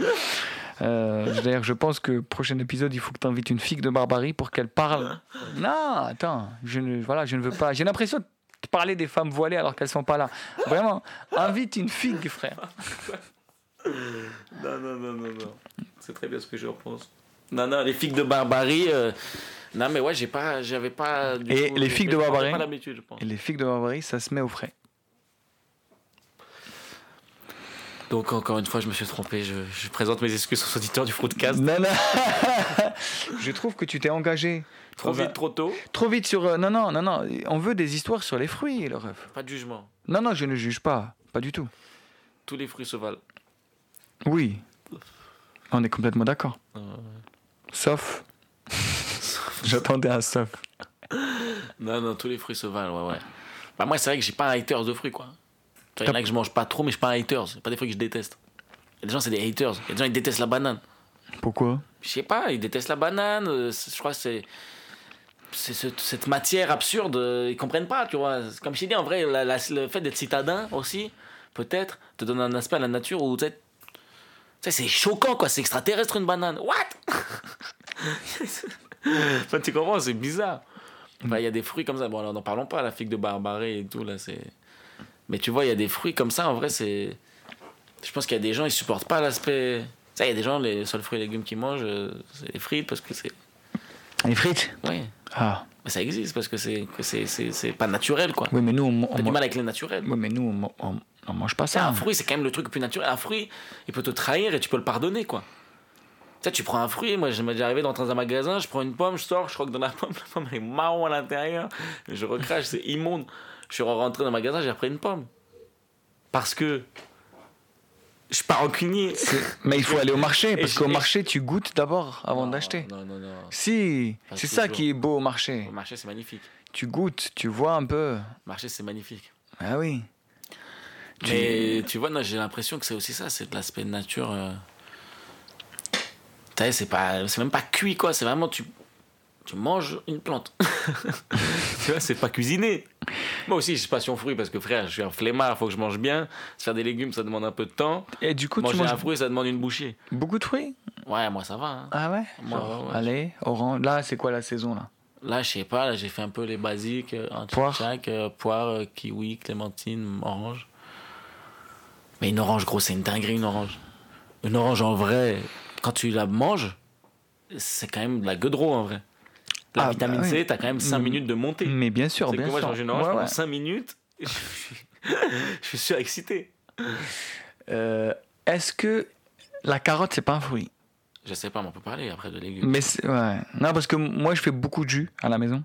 Speaker 3: Euh, D'ailleurs, je pense que prochain épisode, il faut que tu invites une figue de barbarie pour qu'elle parle. Non, attends, je ne, voilà, je ne veux pas. J'ai l'impression de parler des femmes voilées alors qu'elles sont pas là. Vraiment, invite une figue, frère.
Speaker 2: Non, non, non, non, non. C'est très bien ce que je repense. Non, non, les figues de barbarie. euh, Non, mais ouais, j'ai pas, j'avais pas. du
Speaker 3: Et les figues de
Speaker 2: j'avais
Speaker 3: barbarie
Speaker 2: pas l'habitude, je pense.
Speaker 3: Et les figues de barbarie, ça se met au frais.
Speaker 2: Donc, encore une fois, je me suis trompé. Je, je présente mes excuses aux auditeurs du Fruitcast.
Speaker 3: Non, [laughs] non. je trouve que tu t'es engagé
Speaker 2: Trop
Speaker 3: Bah.
Speaker 2: vite, trop tôt.
Speaker 3: trop vite sur. euh, non, non, non, non. On veut des histoires sur les fruits, le ref.
Speaker 2: Pas de jugement.
Speaker 3: Non, non, je ne juge pas. Pas du tout.
Speaker 2: Tous les fruits se valent.
Speaker 3: Oui. On est complètement d'accord.
Speaker 2: Euh,
Speaker 3: Sauf. J'attendais un sauf.
Speaker 2: Non, non, tous les fruits se valent, ouais, ouais. Bah, moi, c'est vrai que j'ai pas un haters de fruits, quoi. Il y en a que je mange pas trop, mais je suis pas un haters. C'est pas des fruits que je déteste. Il y a des gens, c'est des haters. Il y a des gens, ils détestent la banane.
Speaker 3: Pourquoi
Speaker 2: Je sais pas, ils détestent la banane. euh, c'est- Je crois que c'est. C'est ce- cette matière absurde, euh, ils comprennent pas, tu vois. C'est Comme je t'ai dit, en vrai, la- la- le fait d'être citadin aussi, peut-être, te donne un aspect à la nature où, tu sais, tu sais, c'est choquant, quoi. C'est extraterrestre une banane. What [laughs] Enfin, tu comprends, c'est bizarre. Enfin, Il y a des fruits comme ça. Bon, alors, n'en parlons pas, la figue de barbarie et tout, là, c'est. Mais tu vois, il y a des fruits comme ça, en vrai, c'est. Je pense qu'il y a des gens, ils supportent pas l'aspect. Ça, il y a des gens, les seuls fruits et légumes qu'ils mangent, euh, c'est les frites parce que c'est.
Speaker 3: Les frites
Speaker 2: Oui,
Speaker 3: Ah.
Speaker 2: mais ça existe parce que c'est que c'est- c'est c'est pas naturel, quoi.
Speaker 3: Oui, mais nous, on, on
Speaker 2: T'as du
Speaker 3: mange-
Speaker 2: mal avec le naturel.
Speaker 3: Oui, mais nous, on, man- on- on mange pas
Speaker 2: Ça,
Speaker 3: ça.
Speaker 2: un fruit, c'est quand même le truc le plus naturel. Un fruit, il peut te trahir et tu peux le pardonner, quoi. Tu sais, tu prends un fruit, moi je m'est déjà arrivé dans un magasin, je prends une pomme, je sors, je croque dans la [laughs] pomme, la pomme elle est marron à l'intérieur, je recrache, c'est immonde. Je suis rentré dans le magasin, j'ai repris une pomme. Parce que je suis pas rancunier.
Speaker 3: Mais il faut aller au marché, parce
Speaker 2: je-
Speaker 3: qu'au
Speaker 2: et-
Speaker 3: marché, tu goûtes d'abord avant
Speaker 2: Non,
Speaker 3: d'acheter.
Speaker 2: Non, non, non.
Speaker 3: Si,
Speaker 2: Pas
Speaker 3: c'est ça
Speaker 2: toujours.
Speaker 3: qui est beau au marché.
Speaker 2: Le marché, c'est magnifique.
Speaker 3: Tu goûtes, tu vois un peu.
Speaker 2: Le marché, c'est magnifique.
Speaker 3: Ah oui. Tu-
Speaker 2: Mais tu vois, non, j'ai l'impression que c'est aussi ça, c'est de l'aspect de nature. euh. T'as vu, c'est pas, c'est même pas cuit quoi, c'est vraiment tu, tu manges une plante. [laughs] tu vois, c'est pas cuisiné. Moi aussi, je suis passion fruit parce que frère, je suis un flemmard, faut que je mange bien. Se faire des légumes, ça demande un peu de temps.
Speaker 3: Et du coup, tu
Speaker 2: Manger
Speaker 3: manges
Speaker 2: un fruit, ça demande une bouchée.
Speaker 3: beaucoup de fruits
Speaker 2: Ouais, moi ça va. hein.
Speaker 3: Ah ouais,
Speaker 2: Moi,
Speaker 3: Genre,
Speaker 2: ouais, ouais.
Speaker 3: Allez, orange. Là, c'est quoi la saison, là
Speaker 2: Là, je sais pas, là j'ai fait un peu les basiques, euh, un
Speaker 3: Poire.
Speaker 2: tchak, euh, poire, euh, kiwi, clémentine, orange. Mais une orange, gros, c'est une dinguerie, une orange. Une orange en vrai, quand tu la manges, c'est quand même de la gueudreau en vrai. La
Speaker 3: Ah, bah
Speaker 2: vitamine
Speaker 3: oui.
Speaker 2: C, t'as quand même 5
Speaker 3: Mm.
Speaker 2: minutes de montée.
Speaker 3: Mais bien sûr,
Speaker 2: c'est
Speaker 3: bien
Speaker 2: que moi,
Speaker 3: sûr.
Speaker 2: j'ai mangé une orange
Speaker 3: Ouais,
Speaker 2: pendant
Speaker 3: ouais.
Speaker 2: 5 minutes, [laughs] je suis, je suis surexcité.
Speaker 3: Euh, Est-ce que la carotte, c'est pas un fruit
Speaker 2: Je sais pas, mais on peut parler après de légumes.
Speaker 3: Mais c'est- ouais. Non, parce que moi, je fais beaucoup de jus à la maison.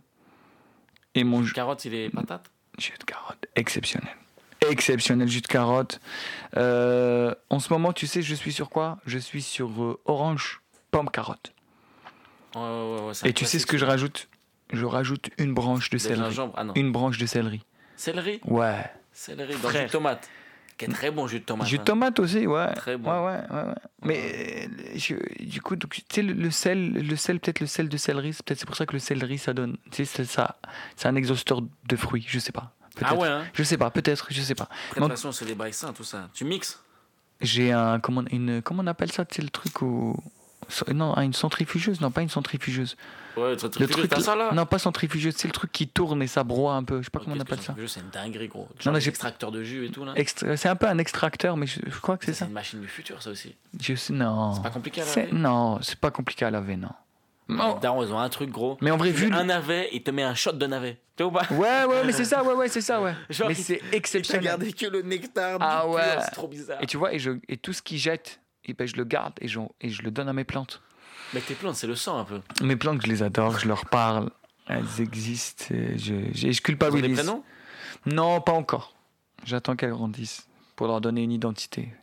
Speaker 3: Et mon jus,
Speaker 2: Carotte, il est patate
Speaker 3: jus de carotte, exceptionnel. Exceptionnel jus de carotte. Euh, en ce moment, tu sais, je suis sur quoi Je suis sur euh, orange, pomme, carotte.
Speaker 2: Ouais, ouais, ouais, ouais, Ah, bah, c'est un
Speaker 3: Et tu sais ce
Speaker 2: classique.
Speaker 3: que je rajoute Je rajoute une branche de
Speaker 2: Des
Speaker 3: céleri.
Speaker 2: gingembre. Ah non.
Speaker 3: Une branche de céleri.
Speaker 2: Céleri
Speaker 3: Ouais.
Speaker 2: Céleri dans le jus
Speaker 3: Frère.
Speaker 2: de tomate. Qui est très bon jus de tomate.
Speaker 3: Jus de
Speaker 2: hein.
Speaker 3: tomate aussi, ouais.
Speaker 2: Très bon.
Speaker 3: Ouais, ouais, ouais, ouais. Mais euh, je- du coup, donc, tu sais, le, le sel, le sel peut-être le sel de céleri, c'est peut-être c'est pour ça que le céleri, ça donne. Tu sais, c'est ça. C'est un exhausteur de fruits, je sais pas.
Speaker 2: Ah
Speaker 3: Peut-être.
Speaker 2: ouais, hein
Speaker 3: Je sais pas, peut-être, je sais pas.
Speaker 2: Après, De toute façon, c'est des bails sains, tout ça. Tu mixes
Speaker 3: J'ai un. Comment, une, comment on appelle ça Tu sais, le truc où. so- Non, une centrifugeuse Non, pas une centrifugeuse.
Speaker 2: Ouais, tu
Speaker 3: le truc.
Speaker 2: t'as ça là
Speaker 3: Non, pas centrifugeuse, c'est le truc qui tourne et ça broie un peu. Je sais pas
Speaker 2: Ouais,
Speaker 3: comment on
Speaker 2: qu'est-ce que
Speaker 3: appelle ça.
Speaker 2: c'est que C'est une dinguerie, gros.
Speaker 3: Non,
Speaker 2: non,
Speaker 3: mais
Speaker 2: j'ai
Speaker 3: j'ai-
Speaker 2: extracteur de jus et tout là.
Speaker 3: Extra- C'est un peu un extracteur, mais je, je crois que c'est
Speaker 2: C'est
Speaker 3: ça.
Speaker 2: une machine du futur, ça aussi.
Speaker 3: Je sais- non.
Speaker 2: C'est pas compliqué à
Speaker 3: C'est-
Speaker 2: laver.
Speaker 3: Non, c'est pas compliqué à laver, non.
Speaker 2: Les darons, ils ont un truc, gros.
Speaker 3: Mais en vrai,
Speaker 2: Tu
Speaker 3: vu.
Speaker 2: mets un navet, il te met un shot de navet. Tu vois ou pas
Speaker 3: Ouais, ouais, mais c'est ça, ouais, ouais, c'est ça, ouais.
Speaker 2: Euh, Genre,
Speaker 3: mais
Speaker 2: il-
Speaker 3: c'est
Speaker 2: Il t'a
Speaker 3: exceptionnel.
Speaker 2: gardé que le nectar du
Speaker 3: Ah
Speaker 2: pur,
Speaker 3: ouais.
Speaker 2: c'est trop bizarre.
Speaker 3: Et tu vois, et, je, et tout ce qui jette, et ben, je le garde et je, et je le donne à mes plantes.
Speaker 2: Mais tes plantes, c'est le sang un peu.
Speaker 3: Mes plantes, je les adore, je leur parle. Elles existent, et je, je,
Speaker 2: Ils
Speaker 3: je
Speaker 2: ont des
Speaker 3: culpabilise.
Speaker 2: prénoms
Speaker 3: Non, pas encore. J'attends qu'elles grandissent pour leur donner une identité.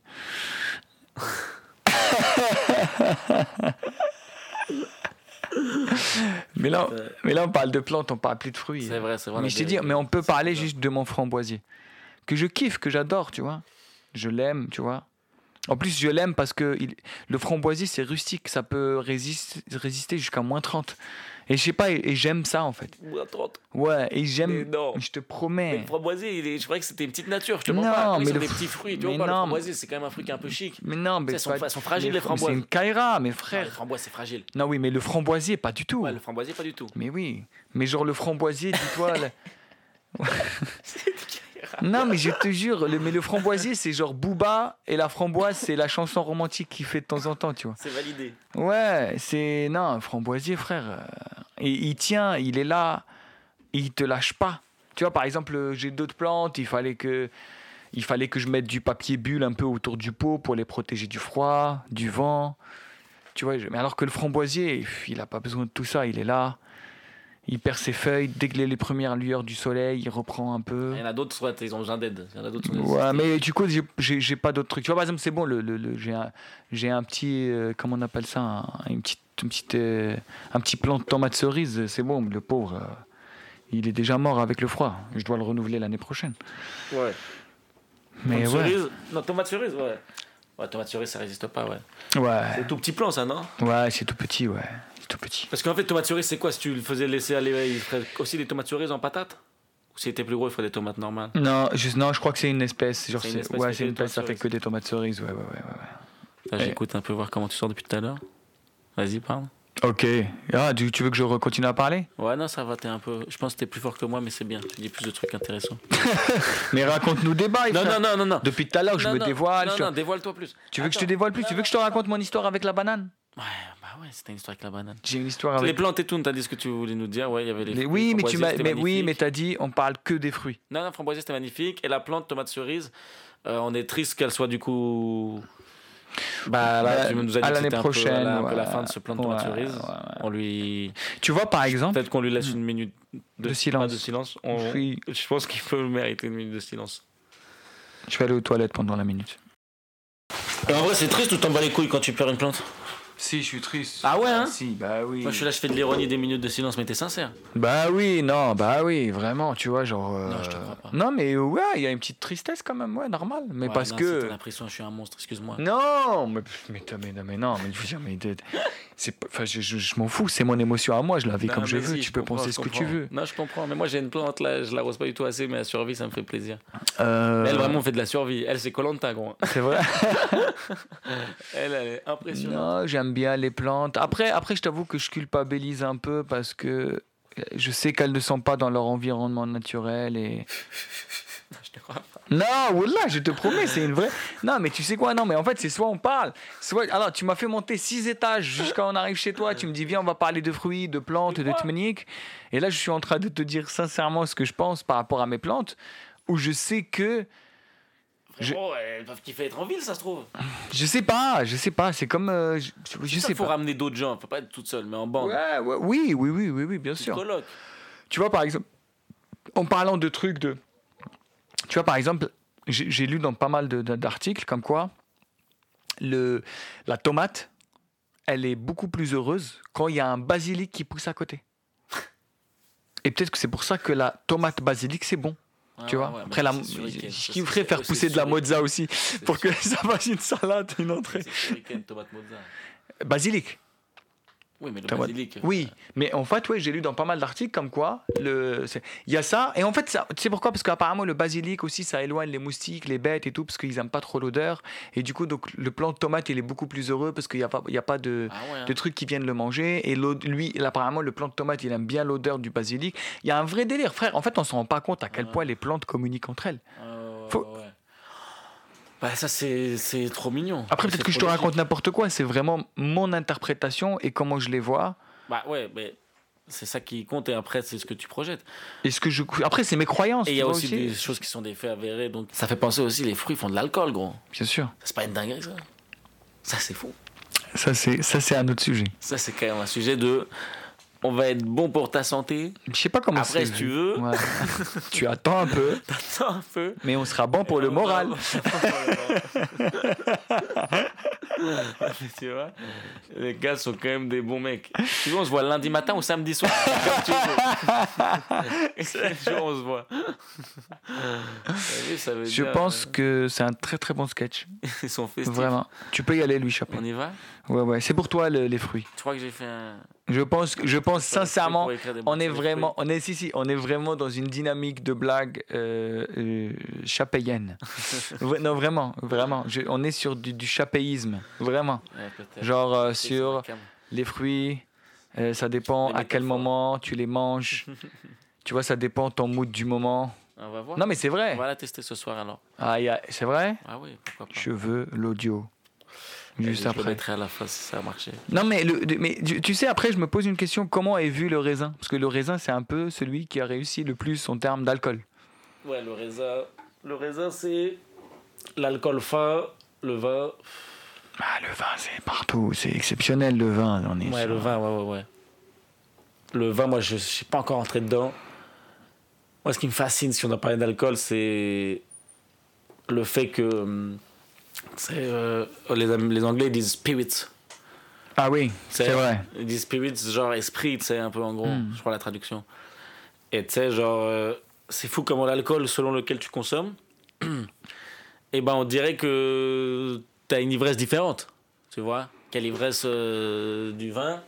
Speaker 2: [laughs]
Speaker 3: [laughs] mais, là, mais là, on parle de plantes, on parle plus de fruits.
Speaker 2: Euh, C'est vrai, c'est vrai. on a
Speaker 3: Ah. mais je t'ai
Speaker 2: des-
Speaker 3: dit, mais on peut
Speaker 2: c'est
Speaker 3: parler
Speaker 2: bizarre.
Speaker 3: juste de mon framboisier. que je kiffe, que j'adore, tu vois. Je l'aime, tu vois. En plus, je l'aime parce que il- le framboisier, c'est rustique, ça peut résiste- résister jusqu'à moins 30. Et je sais pas, et, et j'aime ça en fait.
Speaker 2: Ou à 30.
Speaker 3: Ouais, et
Speaker 2: Mais
Speaker 3: j'aime.
Speaker 2: non.
Speaker 3: Je te
Speaker 2: Mais
Speaker 3: promets.
Speaker 2: le framboisier, il est- je croyais que c'était une petite nature, je te
Speaker 3: Eh. Non,
Speaker 2: mens pas. Oui,
Speaker 3: mais
Speaker 2: c'est
Speaker 3: le
Speaker 2: des
Speaker 3: fr-
Speaker 2: petits fruits, tu vois.
Speaker 3: mais
Speaker 2: pas, le
Speaker 3: non.
Speaker 2: framboisier, c'est quand même un fruit qui est un peu chic.
Speaker 3: Mais non, mais.
Speaker 2: Elles sont,
Speaker 3: pas-
Speaker 2: elles sont fragiles, les
Speaker 3: fram-
Speaker 2: framboises.
Speaker 3: C'est une Kaira, mais
Speaker 2: Ouais, les
Speaker 3: frère.
Speaker 2: framboises, c'est fragile.
Speaker 3: Non, oui, mais le framboisier, pas du tout.
Speaker 2: Ouais, le framboisier, pas du tout.
Speaker 3: Mais oui. Mais genre le framboisier, dis-toi. le- non, mais je te jure, le, mais le framboisier, c'est genre Booba et la framboise, c'est la chanson romantique qu'il fait de temps en temps, tu vois.
Speaker 2: C'est validé.
Speaker 3: Ouais, c'est. Non, framboisier, frère. euh, Et il tient, il est là, il te lâche pas. Tu vois, par exemple, euh, j'ai d'autres plantes, il fallait que. Il fallait que je mette du papier bulle un peu autour du pot pour les protéger du froid, du vent. Tu vois, je- mais alors que le framboisier, pff, il a pas besoin de tout ça, il est là. Il perd ses feuilles, dès que les, les premières lueurs du soleil, il reprend un peu.
Speaker 2: Il y en a d'autres, soit ils ont besoin d'aide. Il y en a d'autres, sont-
Speaker 3: Ouais, mais du coup, j'ai- j'ai j'ai pas d'autres trucs. Tu vois, par exemple, c'est bon, le, le- le- j'ai un, j'ai un petit. euh, comment on appelle ça un, une petite, une petite, euh, Un petit plant de tomate cerise, c'est bon, le pauvre. euh, il est déjà mort avec le froid. Je dois le renouveler l'année prochaine.
Speaker 2: Ouais.
Speaker 3: Mais
Speaker 2: tomate
Speaker 3: ouais.
Speaker 2: cerise. Non, tomate cerise, ouais. Ouais, tomate cerise, ça résiste pas, ouais.
Speaker 3: Ouais,
Speaker 2: C'est tout petit plan, ça, non
Speaker 3: ouais c'est tout petit, ouais. C'est tout petit.
Speaker 2: Parce qu'en fait, tomate cerise, c'est quoi Si tu le faisais laisser aller, il ferait aussi des tomates cerises en patate Ou s'il était plus gros, il ferait des tomates normales
Speaker 3: Non, je, non, je crois que c'est une espèce. Genre,
Speaker 2: C'est une
Speaker 3: c'est-
Speaker 2: espèce
Speaker 3: ouais,
Speaker 2: qui
Speaker 3: c'est
Speaker 2: fait
Speaker 3: une
Speaker 2: des
Speaker 3: espèce, ça fait
Speaker 2: tomates
Speaker 3: que des tomates cerises. Ouais, ouais, ouais. ouais,
Speaker 2: Là,
Speaker 3: Eh.
Speaker 2: J'écoute un peu voir comment tu sors depuis tout à l'heure. Vas-y, parle.
Speaker 3: ouais. Ok. Ah, tu, tu veux que je continue à parler
Speaker 2: Ouais, non, ça va, t'es un peu. Je pense que t'es plus fort que moi, mais c'est bien. Tu dis plus de trucs intéressants.
Speaker 3: Mais raconte-nous des bails.
Speaker 2: Non,
Speaker 3: frère.
Speaker 2: non, non, non, non.
Speaker 3: Depuis tout à l'heure, Oh, je
Speaker 2: Non,
Speaker 3: me
Speaker 2: non,
Speaker 3: dévoile.
Speaker 2: Non,
Speaker 3: sur-
Speaker 2: non, dévoile-toi plus.
Speaker 3: Tu veux que je te
Speaker 2: Attends.
Speaker 3: dévoile plus Tu veux que je te raconte mon histoire avec la banane
Speaker 2: Ouais, bah ouais, c'était une histoire avec la banane.
Speaker 3: J'ai une histoire
Speaker 2: Les
Speaker 3: avec.
Speaker 2: plantes et tout, t'as dit ce que tu voulais nous dire. Ouais, il y avait les.
Speaker 3: Les-
Speaker 2: fruits,
Speaker 3: oui,
Speaker 2: les
Speaker 3: Ah, mais tu
Speaker 2: framboisiers,
Speaker 3: m'as,
Speaker 2: c'était
Speaker 3: mais oui,
Speaker 2: magnifique.
Speaker 3: mais t'as dit on parle que des fruits.
Speaker 2: Non, non, framboisier, c'était magnifique. Et la plante, tomate cerise, euh, on est triste qu'elle soit du coup.
Speaker 3: Bah,
Speaker 2: Là, tu nous as dit
Speaker 3: à
Speaker 2: que
Speaker 3: l'année
Speaker 2: c'était un peu,
Speaker 3: prochaine.
Speaker 2: voilà, un peu
Speaker 3: ouais.
Speaker 2: la fin de ce plan de
Speaker 3: Ouais,
Speaker 2: tomate cerise.
Speaker 3: ouais, ouais.
Speaker 2: On lui.
Speaker 3: Tu vois par exemple
Speaker 2: Peut-être qu'on lui laisse une minute de,
Speaker 3: De
Speaker 2: pas
Speaker 3: silence.
Speaker 2: de silence. On-
Speaker 3: Oui.
Speaker 2: Je pense qu'il peut mériter une minute de silence.
Speaker 3: Je vais aller aux toilettes pendant la minute.
Speaker 2: Euh, en vrai, c'est triste ou t'en bats les couilles quand tu perds une plante
Speaker 3: Si, je suis triste.
Speaker 2: Ah ouais, hein
Speaker 3: Si, bah oui.
Speaker 2: Moi, je suis là, je fais de l'ironie des minutes de silence, mais t'es sincère.
Speaker 3: Bah oui, non, bah oui, vraiment, tu vois, genre. euh,
Speaker 2: Non, je te crois pas.
Speaker 3: Non, mais ouais, il y a une petite tristesse quand même, ouais, normal. Mais
Speaker 2: Ouais,
Speaker 3: parce
Speaker 2: non,
Speaker 3: que.
Speaker 2: c'est ton impression, je suis un monstre, excuse-moi.
Speaker 3: Non, mais, pff, mais, t'as- mais, non, mais non, mais je veux dire, mais t'es- c'est, pas- enfin, je, je- je m'en fous, c'est mon émotion à moi, je la vis
Speaker 2: Non,
Speaker 3: comme je
Speaker 2: mais
Speaker 3: veux,
Speaker 2: si,
Speaker 3: tu peux
Speaker 2: comprends,
Speaker 3: penser
Speaker 2: je
Speaker 3: ce que tu
Speaker 2: comprends.
Speaker 3: veux.
Speaker 2: Non, je comprends, mais moi j'ai une plante là, je l'arrose pas du tout assez, mais la survie ça me fait plaisir.
Speaker 3: Euh,
Speaker 2: Elle vraiment fait de la survie, elle c'est Colanta gros. [laughs]
Speaker 3: c'est vrai.
Speaker 2: Elle, elle est impressionnante.
Speaker 3: Non, j'aime bien les plantes. Après, après je t'avoue que je culpabilise un peu parce que je sais qu'elles ne sont pas dans leur environnement naturel et
Speaker 2: Je te crois pas.
Speaker 3: non wallah je te promets c'est une vraie non mais tu sais quoi non mais en fait c'est soit on parle soit alors tu m'as fait monter six étages jusqu'à on arrive chez toi tu me dis viens on va parler de fruits de plantes de techniques et là je suis en train de te dire sincèrement ce que je pense par rapport à mes plantes où je sais que Je-
Speaker 2: Frérot, elles peuvent kiffer être en ville, ça se trouve.
Speaker 3: je sais pas je sais pas c'est comme euh, je, je
Speaker 2: Je
Speaker 3: sais
Speaker 2: faut
Speaker 3: pas
Speaker 2: ramener d'autres gens, faut pas être toute seule, mais en bande.
Speaker 3: Ouais, ouais, oui oui oui oui oui bien
Speaker 2: Petite
Speaker 3: sûr
Speaker 2: coloc.
Speaker 3: Tu vois, par exemple, en parlant de trucs de. Tu vois, par exemple, j'ai j'ai lu dans pas mal de- de- d'articles comme quoi le, la tomate, elle est beaucoup plus heureuse quand il y a un basilic qui pousse à côté. Et peut-être que c'est pour ça que la tomate basilic, c'est bon, tu
Speaker 2: Ouais,
Speaker 3: vois.
Speaker 2: Ah ouais, mais
Speaker 3: Après, la,
Speaker 2: c'est suricaine,
Speaker 3: je
Speaker 2: ça,
Speaker 3: kifferais
Speaker 2: c'est-
Speaker 3: faire
Speaker 2: c'est
Speaker 3: pousser de la
Speaker 2: suricaine,
Speaker 3: mozza aussi
Speaker 2: c'est
Speaker 3: pour que [laughs]
Speaker 2: suricaine,
Speaker 3: ça fasse une salade, une entrée.
Speaker 2: c'est suricaine, tomate mozza.
Speaker 3: Basilic.
Speaker 2: Oui, mais le
Speaker 3: Tomate.
Speaker 2: basilic.
Speaker 3: Oui, mais en fait, ouais, j'ai lu dans pas mal d'articles comme quoi le, c'est- il y a ça. Et en fait, ça- tu sais pourquoi Parce qu'apparemment, le basilic aussi, ça éloigne les moustiques, les bêtes et tout, parce qu'ils aiment pas trop l'odeur. Et du coup, donc, le plant de tomate, il est beaucoup plus heureux parce qu'il n'y a, pas- il y a pas de,
Speaker 2: Ah ouais. hein.
Speaker 3: de trucs qui viennent le manger. Et l'ode- lui, là, apparemment, le plant de tomate, il aime bien l'odeur du basilic. Il y a un vrai délire, frère. En fait, on se rend pas compte à quel
Speaker 2: Ouais.
Speaker 3: point les plantes communiquent entre elles.
Speaker 2: Ah ouais,
Speaker 3: Faut-
Speaker 2: ouais, ouais. Bah ça c'est c'est trop mignon.
Speaker 3: Après,
Speaker 2: C'est
Speaker 3: peut-être que je te
Speaker 2: trop logique.
Speaker 3: raconte n'importe quoi. C'est vraiment mon interprétation et comment je les vois.
Speaker 2: Bah ouais, mais c'est ça qui compte et après c'est ce que tu projettes.
Speaker 3: Et ce que je... Après, c'est mes croyances.
Speaker 2: Et il
Speaker 3: tu
Speaker 2: y a
Speaker 3: vois
Speaker 2: aussi, des choses qui sont des faits avérés donc ça fait penser aussi les fruits font de l'alcool gros.
Speaker 3: Bien sûr.
Speaker 2: C'est pas une dinguerie ça. Ça c'est fou.
Speaker 3: Ça, c'est, ça, c'est un autre sujet.
Speaker 2: Ça c'est quand même un sujet de on va être bon pour ta santé.
Speaker 3: Je sais pas comment
Speaker 2: Après si tu veux,
Speaker 3: Oh, [laughs] Ouais. tu attends un peu,
Speaker 2: [laughs] t'attends un peu [laughs]
Speaker 3: mais on sera bon pour le moral.
Speaker 2: tu vois Les gars sont quand même des bons mecs. Tu vois, on se voit lundi matin ou samedi soir. [laughs] comme tu
Speaker 3: [laughs]
Speaker 2: veux. Chaque jour, on se voit. T'as vu, ça veut
Speaker 3: Je euh,
Speaker 2: dire,
Speaker 3: pense que c'est un très très bon sketch.
Speaker 2: euh, Ils sont festifs.
Speaker 3: Vraiment. Tu peux y aller, Louis Chappé.
Speaker 2: On y va
Speaker 3: Ouais, ouais. C'est pour toi le- les fruits.
Speaker 2: Je crois que j'ai fait un.
Speaker 3: Je pense, je pense sincèrement,
Speaker 2: Pour écrire des
Speaker 3: on
Speaker 2: blagues
Speaker 3: est
Speaker 2: sur les
Speaker 3: vraiment, on est si si, on est vraiment dans une dynamique de blague euh, euh,
Speaker 2: [laughs]
Speaker 3: chapéienne. Vra- non vraiment, vraiment. Je- on est sur du, du chapéisme, vraiment.
Speaker 2: fruits. Ouais, peut-être.
Speaker 3: Genre euh,
Speaker 2: C'est sur la
Speaker 3: sur
Speaker 2: cam.
Speaker 3: les fruits, euh, ça dépend
Speaker 2: Les
Speaker 3: à quel
Speaker 2: métaphores.
Speaker 3: moment tu
Speaker 2: [laughs]
Speaker 3: les manges. tu vois, ça dépend ton mood du moment.
Speaker 2: On va voir.
Speaker 3: Non mais c'est
Speaker 2: On
Speaker 3: vrai.
Speaker 2: va la tester ce soir alors.
Speaker 3: Ah, y a- c'est vrai.
Speaker 2: Ah oui, pourquoi pas.
Speaker 3: Je veux l'audio. Juste
Speaker 2: Allez, Je le
Speaker 3: après.
Speaker 2: mettrai à la fin si ça a marché.
Speaker 3: Non, mais, le, de- mais tu, tu sais, après, je me pose une question comment est vu le raisin Parce que le raisin, c'est un peu celui qui a réussi le plus en termes d'alcool.
Speaker 2: Ouais, le raisin. Le raisin, c'est l'alcool fin, le vin.
Speaker 3: Ah, le vin, c'est partout, c'est exceptionnel le vin. On est
Speaker 2: Ouais,
Speaker 3: sur-
Speaker 2: le vin, ouais, ouais, ouais. Le vin, moi, je ne suis pas encore entré dedans. Moi, ce qui me fascine, si on a parlé d'alcool, c'est le fait que. hum, c'est, euh, les, Am- les Anglais disent spirit.
Speaker 3: Ah oui,
Speaker 2: C'est-
Speaker 3: c'est vrai. Hmm.
Speaker 2: Ils disent spirit, genre esprit, tu sais, un peu en gros, je crois la traduction. Et tu sais, genre, euh, c'est fou comment l'alcool, selon lequel tu consommes, [clears throat] et ben on dirait que t'as une ivresse différente, tu vois. Quelle ivresse euh, du vin,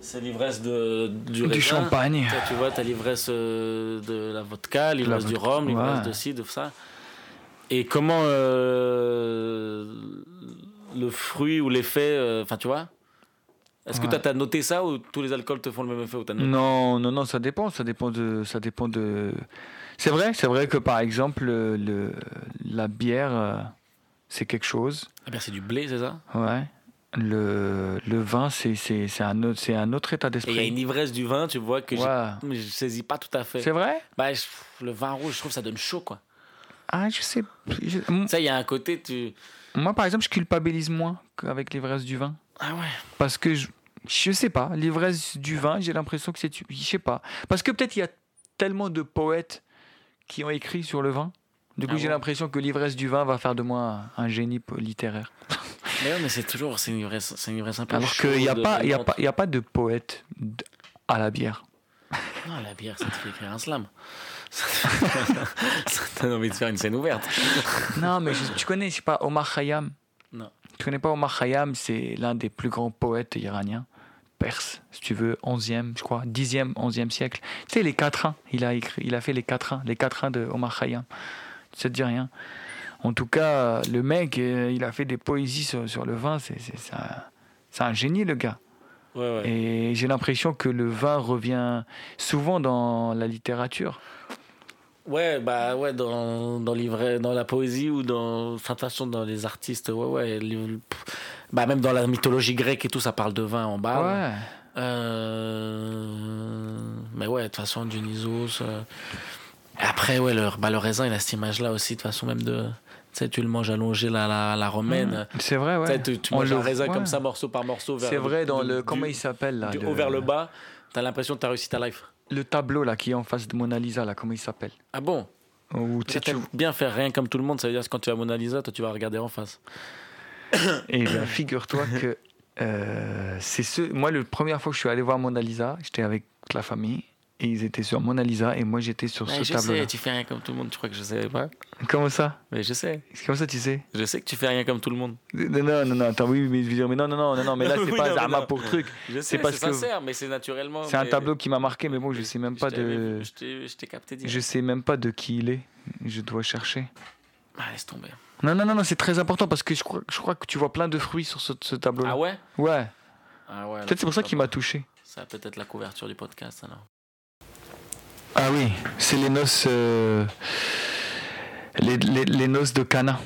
Speaker 2: c'est l'ivresse de- du raisin.
Speaker 3: Du champagne.
Speaker 2: T'as- tu vois, t'as l'ivresse euh, de la vodka, l'ivresse du
Speaker 3: vodka,
Speaker 2: rhum, l'ivresse
Speaker 3: ouais.
Speaker 2: de ci, de ça. Et comment euh, le fruit ou l'effet, euh, enfin tu vois Est-ce que
Speaker 3: Ouais.
Speaker 2: t'as- t'as noté ça ou tous les alcools te font le même effet ou t'as noté
Speaker 3: Non, non, non, ça dépend, ça dépend de, ça dépend de. C'est vrai, c'est vrai que par exemple, le, le- la bière, euh, c'est quelque chose.
Speaker 2: Ah ben, c'est du blé, c'est ça
Speaker 3: Ouais. Le, le vin, c'est c'est- c'est un, autre- c'est un autre état
Speaker 2: Et il y a une
Speaker 3: d'esprit.
Speaker 2: ivresse du vin, tu vois, que j'ai-
Speaker 3: Ouais.
Speaker 2: mais je saisis pas tout à fait.
Speaker 3: C'est vrai
Speaker 2: Bah, je- le vin rouge, je trouve que ça donne chaud, quoi.
Speaker 3: Ah, je sais. je- m-
Speaker 2: Ça, il y a un côté, tu...
Speaker 3: Moi, par exemple, je culpabilise moins qu'avec l'ivresse du vin.
Speaker 2: Ah ouais
Speaker 3: Parce que je, je sais pas, l'ivresse du vin, j'ai l'impression que c'est. Je sais pas. Parce que peut-être il y a tellement de poètes qui ont écrit sur le vin. Du coup,
Speaker 2: Ah
Speaker 3: j'ai
Speaker 2: bon
Speaker 3: l'impression que l'ivresse du vin va faire de moi un génie po- littéraire.
Speaker 2: Mais ouais, mais c'est toujours, c'est une ivresse, c'est une ivresse un peu
Speaker 3: Alors qu'il n'y a,
Speaker 2: chaude,
Speaker 3: pas- il y a,
Speaker 2: lente.
Speaker 3: pas- il y a pas de poète d- à la bière.
Speaker 2: Non, Ah, la bière, ça te fait écrire un slam. [laughs] Ça te- ça te donne envie de faire une scène ouverte.
Speaker 3: non, mais je- tu connais, je sais pas, Omar Khayyam
Speaker 2: Non.
Speaker 3: Tu connais pas Omar Khayyam C'est l'un des plus grands poètes iraniens, perse, si tu veux, 11e, je crois, 10e, 11e siècle. Tu sais, les quatrains, il a, écrit, il a fait les quatrains, les quatrains de Omar Khayyam. Ça te dit rien En tout cas, euh, le mec, euh, il a fait des poésies sur, sur le vin, c'est c'est- c'est un- c'est un génie, le gars.
Speaker 2: Ouais, ouais.
Speaker 3: Et j'ai l'impression que le vin revient souvent dans la littérature.
Speaker 2: Ouais, bah ouais, dans, dans, l'ivra- dans la poésie ou dans. Enfin, de toute façon, dans les artistes, ouais, ouais. les- pff, bah, même dans la mythologie grecque et tout, ça parle de vin en bas.
Speaker 3: ouais.
Speaker 2: Euh, Mais ouais, de toute façon, Dionysos. euh, Après, ouais, le, bah, le raisin, il a cette image-là aussi, de toute façon, même de. Tu sais, tu le manges allongé la, la, la romaine.
Speaker 3: C'est vrai,
Speaker 2: Tu sais,
Speaker 3: ouais.
Speaker 2: Tu, tu
Speaker 3: On
Speaker 2: manges
Speaker 3: le
Speaker 2: un raisin
Speaker 3: voit.
Speaker 2: comme ça, morceau par morceau. vers
Speaker 3: C'est vrai dans
Speaker 2: du-
Speaker 3: le.
Speaker 2: du-
Speaker 3: Comment il s'appelle là
Speaker 2: du
Speaker 3: le-
Speaker 2: haut vers le bas, t'as l'impression que t'as réussi ta life.
Speaker 3: le tableau là qui est en face de Mona Lisa là, comment il s'appelle
Speaker 2: Ah bon
Speaker 3: Ou tu
Speaker 2: Tu
Speaker 3: sais, tu-
Speaker 2: bien faire rien comme tout le monde, ça veut dire que quand tu vas à Mona Lisa, toi tu vas regarder en face.
Speaker 3: Et Eh bien, figure-toi que euh, c'est ce. Moi, la première fois que je suis allé voir Mona Lisa, j'étais avec la famille et ils étaient sur Mona Lisa et moi j'étais sur
Speaker 2: Ouais,
Speaker 3: ce
Speaker 2: je
Speaker 3: tableau.
Speaker 2: sais, tu fais rien comme tout le monde, tu crois que je savais pas
Speaker 3: Comment ça
Speaker 2: Mais je sais,
Speaker 3: Comment ça, tu sais
Speaker 2: je sais que tu fais rien comme tout le monde.
Speaker 3: Non, non, non, non, attends, oui, mais je veux dire, mais non, non, non, non, non, mais [laughs] là, c'est
Speaker 2: Oui,
Speaker 3: pas
Speaker 2: non, mais
Speaker 3: Zama
Speaker 2: non.
Speaker 3: pour truc.
Speaker 2: Je
Speaker 3: C'est
Speaker 2: sais,
Speaker 3: parce
Speaker 2: c'est
Speaker 3: que-
Speaker 2: sincère, mais c'est naturellement.
Speaker 3: C'est un
Speaker 2: mais-
Speaker 3: tableau qui m'a marqué, mais bon, je sais même
Speaker 2: Je
Speaker 3: pas
Speaker 2: t'avais
Speaker 3: de.
Speaker 2: vu, je t'ai- Je t'ai capté dire.
Speaker 3: Je sais même pas de qui il est. Je dois chercher.
Speaker 2: Ah, laisse tomber.
Speaker 3: Non, non, non, non, c'est très important parce que je crois, je crois que tu vois plein de fruits sur ce, ce tableau-là.
Speaker 2: Ah ouais
Speaker 3: ouais.
Speaker 2: Ah ouais.
Speaker 3: Peut-être c'est pour ça qu'il m'a touché.
Speaker 2: Ça va peut-être être la couverture du podcast alors.
Speaker 3: Ah oui, c'est les noces. euh, les, les- les noces de Cana.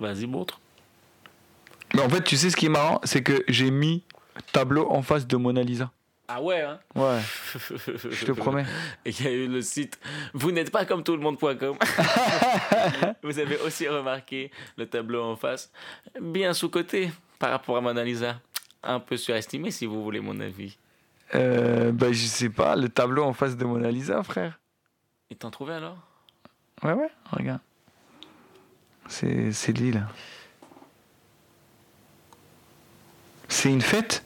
Speaker 2: Vas-y, montre.
Speaker 3: Mais en fait, tu sais ce qui est marrant, c'est que j'ai mis tableau en face de Mona Lisa.
Speaker 2: Ah ouais, hein [laughs]
Speaker 3: Ouais,
Speaker 2: Je
Speaker 3: je te promets.
Speaker 2: Et il y a eu le site vous n'êtes pas comme tout le [laughs] monde.com. vous avez aussi remarqué le tableau en face, bien sous-côté par rapport à Mona Lisa. Un peu surestimé, si vous voulez mon avis.
Speaker 3: Euh, bah, je sais pas, le tableau en face de Mona Lisa, frère.
Speaker 2: Et t'en trouvais alors
Speaker 3: Ouais, ouais, regarde. C'est c'est lui, là. C'est une fête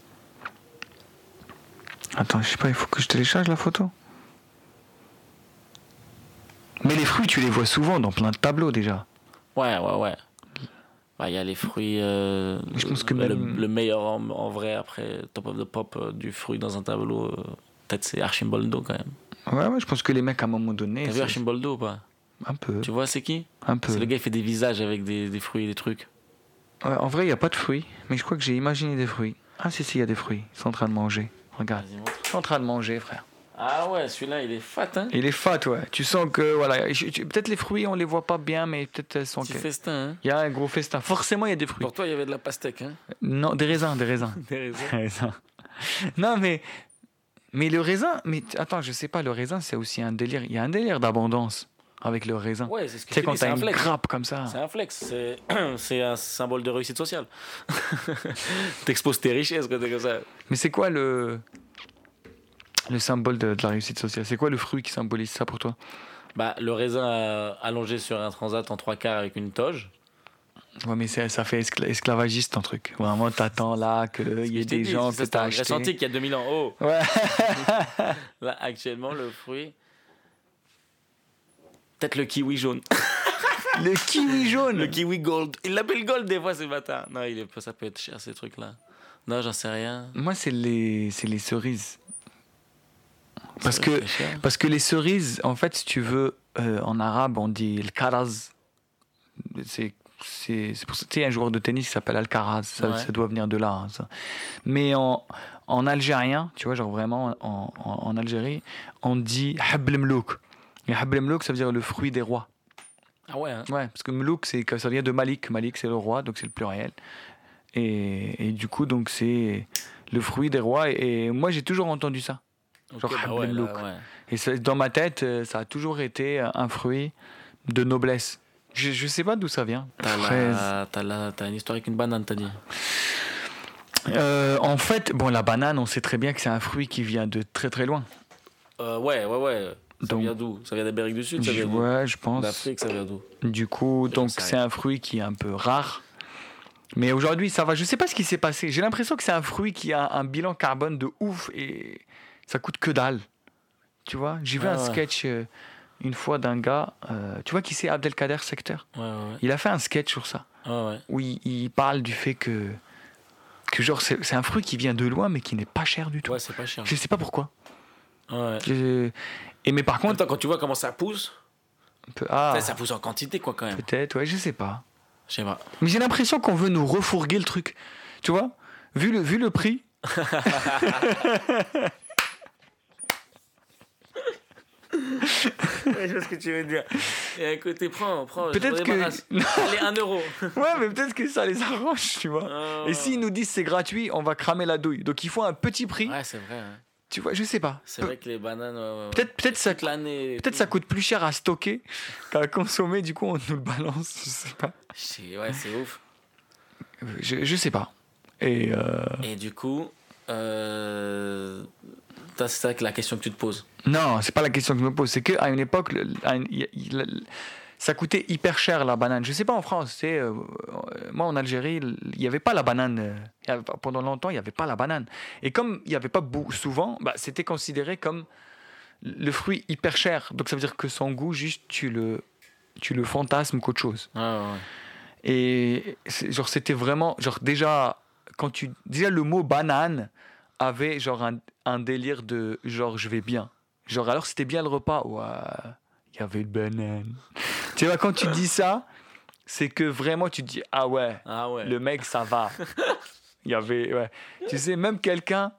Speaker 3: Attends, je sais pas, il faut que je télécharge la photo. Mais les fruits, tu les vois souvent dans plein de tableaux déjà.
Speaker 2: Ouais, ouais, ouais. Bah, Il y a les fruits. euh,
Speaker 3: Je pense que
Speaker 2: le,
Speaker 3: même-
Speaker 2: le meilleur en, en vrai, après Top of the Pop, euh, du fruit dans un tableau, euh, peut-être c'est Archimboldo quand même.
Speaker 3: Ouais, ouais, je pense que les mecs, à un moment donné.
Speaker 2: T'as vu
Speaker 3: c'est-
Speaker 2: Archimboldo ou pas
Speaker 3: Un peu.
Speaker 2: Tu vois, c'est qui
Speaker 3: Un
Speaker 2: C'est
Speaker 3: peu.
Speaker 2: le gars qui fait des visages avec des, des fruits et des trucs.
Speaker 3: Ouais, en vrai, il n'y a pas de fruits, mais je crois que j'ai imaginé des fruits. Ah, si, si, il y a des fruits. Ils sont en train de manger. Regarde.
Speaker 2: Vas-y, montre.
Speaker 3: Ils sont en train de manger, frère.
Speaker 2: Ah ouais, celui-là, il est fat, hein
Speaker 3: Il est fat, ouais. Tu sens que, voilà. je- tu- Peut-être les fruits, on les voit pas bien, mais peut-être elles sont.
Speaker 2: Petit
Speaker 3: que-
Speaker 2: festin, hein
Speaker 3: Il y a un gros festin. Forcément, il y a des fruits.
Speaker 2: Pour toi, il y avait de la pastèque,
Speaker 3: [laughs]
Speaker 2: hein
Speaker 3: Non, des raisins, des [laughs] raisins.
Speaker 2: Des raisins.
Speaker 3: Raisin. non, mais, mais le raisin, mais t- attends, je sais pas, le raisin, c'est aussi un délire. Il y a un délire d'abondance avec le raisin.
Speaker 2: Ouais, c'est ce que
Speaker 3: tu sais,
Speaker 2: tu
Speaker 3: quand
Speaker 2: dis, c'est
Speaker 3: t'as
Speaker 2: un
Speaker 3: une [laughs]
Speaker 2: flex.
Speaker 3: grappe comme ça.
Speaker 2: C'est un flex, c'est- [clears throat] c'est un symbole de réussite
Speaker 3: [laughs]
Speaker 2: sociale. T'exposes tes richesses quand t'es comme ça.
Speaker 3: Mais c'est quoi le. Le symbole de, de la réussite sociale, c'est quoi le fruit qui symbolise ça pour toi
Speaker 2: Bah, le raisin euh, allongé sur un transat en trois quarts avec une toge.
Speaker 3: Ouais, mais c'est- ça fait escla- esclavagiste ton truc. Vraiment, t'attends là que il y ait
Speaker 2: Je t'ai
Speaker 3: des
Speaker 2: dit,
Speaker 3: gens
Speaker 2: ça,
Speaker 3: que
Speaker 2: c'était
Speaker 3: t'as
Speaker 2: en Grèce
Speaker 3: acheté.
Speaker 2: antique il y a 2000 ans. Oh
Speaker 3: Ouais.
Speaker 2: Là, actuellement, le fruit. Peut-être le kiwi jaune. [clears throat]
Speaker 3: Le kiwi jaune.
Speaker 2: Le kiwi gold. Il l'appelle gold des fois, ces bâtards. Non, il est- ça peut être cher, ces trucs-là. Non, j'en sais rien.
Speaker 3: Moi, c'est les, c'est les cerises. Parce que
Speaker 2: C'est cher.
Speaker 3: Parce que les cerises, en fait, si tu veux, euh, en arabe, on dit le karaz. C'est c'est- c'est pour ça. Tu sais, un joueur de tennis qui s'appelle Alcaraz, ça,
Speaker 2: Ouais.
Speaker 3: ça doit venir de là. hein, ça. Mais en, en algérien, tu vois, genre vraiment en, en- en Algérie, on dit habl mlouk. Et habl mlouk, ça veut dire le fruit des rois.
Speaker 2: Ah ouais, hein.
Speaker 3: Ouais, parce que mlouk, c'est ça vient de Malik. Malik, c'est le roi, donc c'est le pluriel. Et, et du coup, donc c'est le fruit des rois. Et, et moi, j'ai toujours entendu ça. Genre
Speaker 2: Ok, bah
Speaker 3: Hablem
Speaker 2: ouais, là,
Speaker 3: Look.
Speaker 2: ouais.
Speaker 3: Et ça- dans ma tête, euh, ça a toujours été euh, un fruit de noblesse. Je, je sais pas d'où ça vient.
Speaker 2: T'as
Speaker 3: Fraise.
Speaker 2: la- T'as la- t'as une histoire avec une banane, t'as dit.
Speaker 3: Euh, en fait, bon, la banane, on sait très bien que c'est un fruit qui vient de très très loin.
Speaker 2: Euh, ouais, ouais, ouais. Ça
Speaker 3: Donc-
Speaker 2: vient d'où Ça vient d'Amérique du Sud Ça
Speaker 3: Je,
Speaker 2: vient d'où
Speaker 3: ouais, je pense.
Speaker 2: D'Afrique, ça vient d'où
Speaker 3: Du coup,
Speaker 2: Je
Speaker 3: donc
Speaker 2: sais
Speaker 3: c'est un fruit qui est un peu rare. Mais aujourd'hui, ça va. Je sais pas ce qui s'est passé. J'ai l'impression que c'est un fruit qui a un bilan carbone de ouf et ça coûte que dalle. Tu vois, j'ai vu
Speaker 2: Ah Ouais,
Speaker 3: un
Speaker 2: ouais.
Speaker 3: sketch euh, une fois d'un gars. euh, tu vois qui c'est Abdelkader Secteur
Speaker 2: Ouais, ouais, ouais.
Speaker 3: Il a fait un sketch sur ça.
Speaker 2: Ouais, ouais.
Speaker 3: où il, il parle du fait que, que genre c'est c'est un fruit qui vient de loin mais qui n'est pas cher du tout.
Speaker 2: Ouais, c'est pas cher.
Speaker 3: Je sais pas pourquoi.
Speaker 2: Ouais.
Speaker 3: Je- Et mais par
Speaker 2: En même
Speaker 3: contre,
Speaker 2: temps, quand tu vois comment ça pousse,
Speaker 3: peut- ah,
Speaker 2: ça, ça pousse en quantité, quoi, quand même.
Speaker 3: peut-être, ouais, je sais pas.
Speaker 2: Je [laughs] sais pas.
Speaker 3: Mais j'ai l'impression qu'on veut nous refourguer le truc. Tu vois vu le, vu le prix.
Speaker 2: je vois ce que tu veux dire. Et écoutez, prends, prends. je
Speaker 3: Peut-être
Speaker 2: m'en
Speaker 3: que.
Speaker 2: débarrasse. Allez, 1
Speaker 3: [laughs]
Speaker 2: euro. Euh,
Speaker 3: ouais, mais peut-être que ça les arrange, tu vois. Et s'ils nous disent c'est gratuit, on va cramer la douille. Donc il faut un petit prix.
Speaker 2: Ouais, c'est vrai. hein.
Speaker 3: Tu vois, je sais pas.
Speaker 2: C'est vrai que les bananes. ouais, ouais, ouais.
Speaker 3: Peut-être peut-être ça,
Speaker 2: Toute l'année. et
Speaker 3: peut
Speaker 2: tout.
Speaker 3: ça coûte plus cher à stocker qu'à consommer, du coup on nous le balance, je sais pas.
Speaker 2: C'est- Ouais, c'est ouf.
Speaker 3: Je, je sais pas. Et euh,
Speaker 2: Et du coup, euh... ça, c'est ça que la question que tu te poses.
Speaker 3: non, c'est pas la question que je me pose. C'est qu'à une époque, le- à une- il- il- ça coûtait hyper cher la banane. Je sais pas en France. C'est euh, euh, moi en Algérie, il n'y avait pas la banane. euh, il y avait pas- pendant longtemps, il n'y avait pas la banane. Et comme il n'y avait pas bou- souvent, bah, c'était considéré comme le fruit hyper cher. Donc ça veut dire que son goût, juste tu le tu le fantasmes qu'autre chose.
Speaker 2: Ouais, Ah, ouais, ouais.
Speaker 3: Et c'est- genre, c'était vraiment. Genre, déjà, quand tu. Déjà, le mot banane avait genre un, un délire de genre, je vais bien. Genre, alors c'était bien le repas. Ouais, il y avait une banane. tu vois, quand tu dis ça, c'est que vraiment tu te dis, ah ouais,
Speaker 2: Ah ouais.
Speaker 3: le mec,
Speaker 2: [laughs]
Speaker 3: ça va. Il y avait. Ouais. Tu sais, même quelqu'un.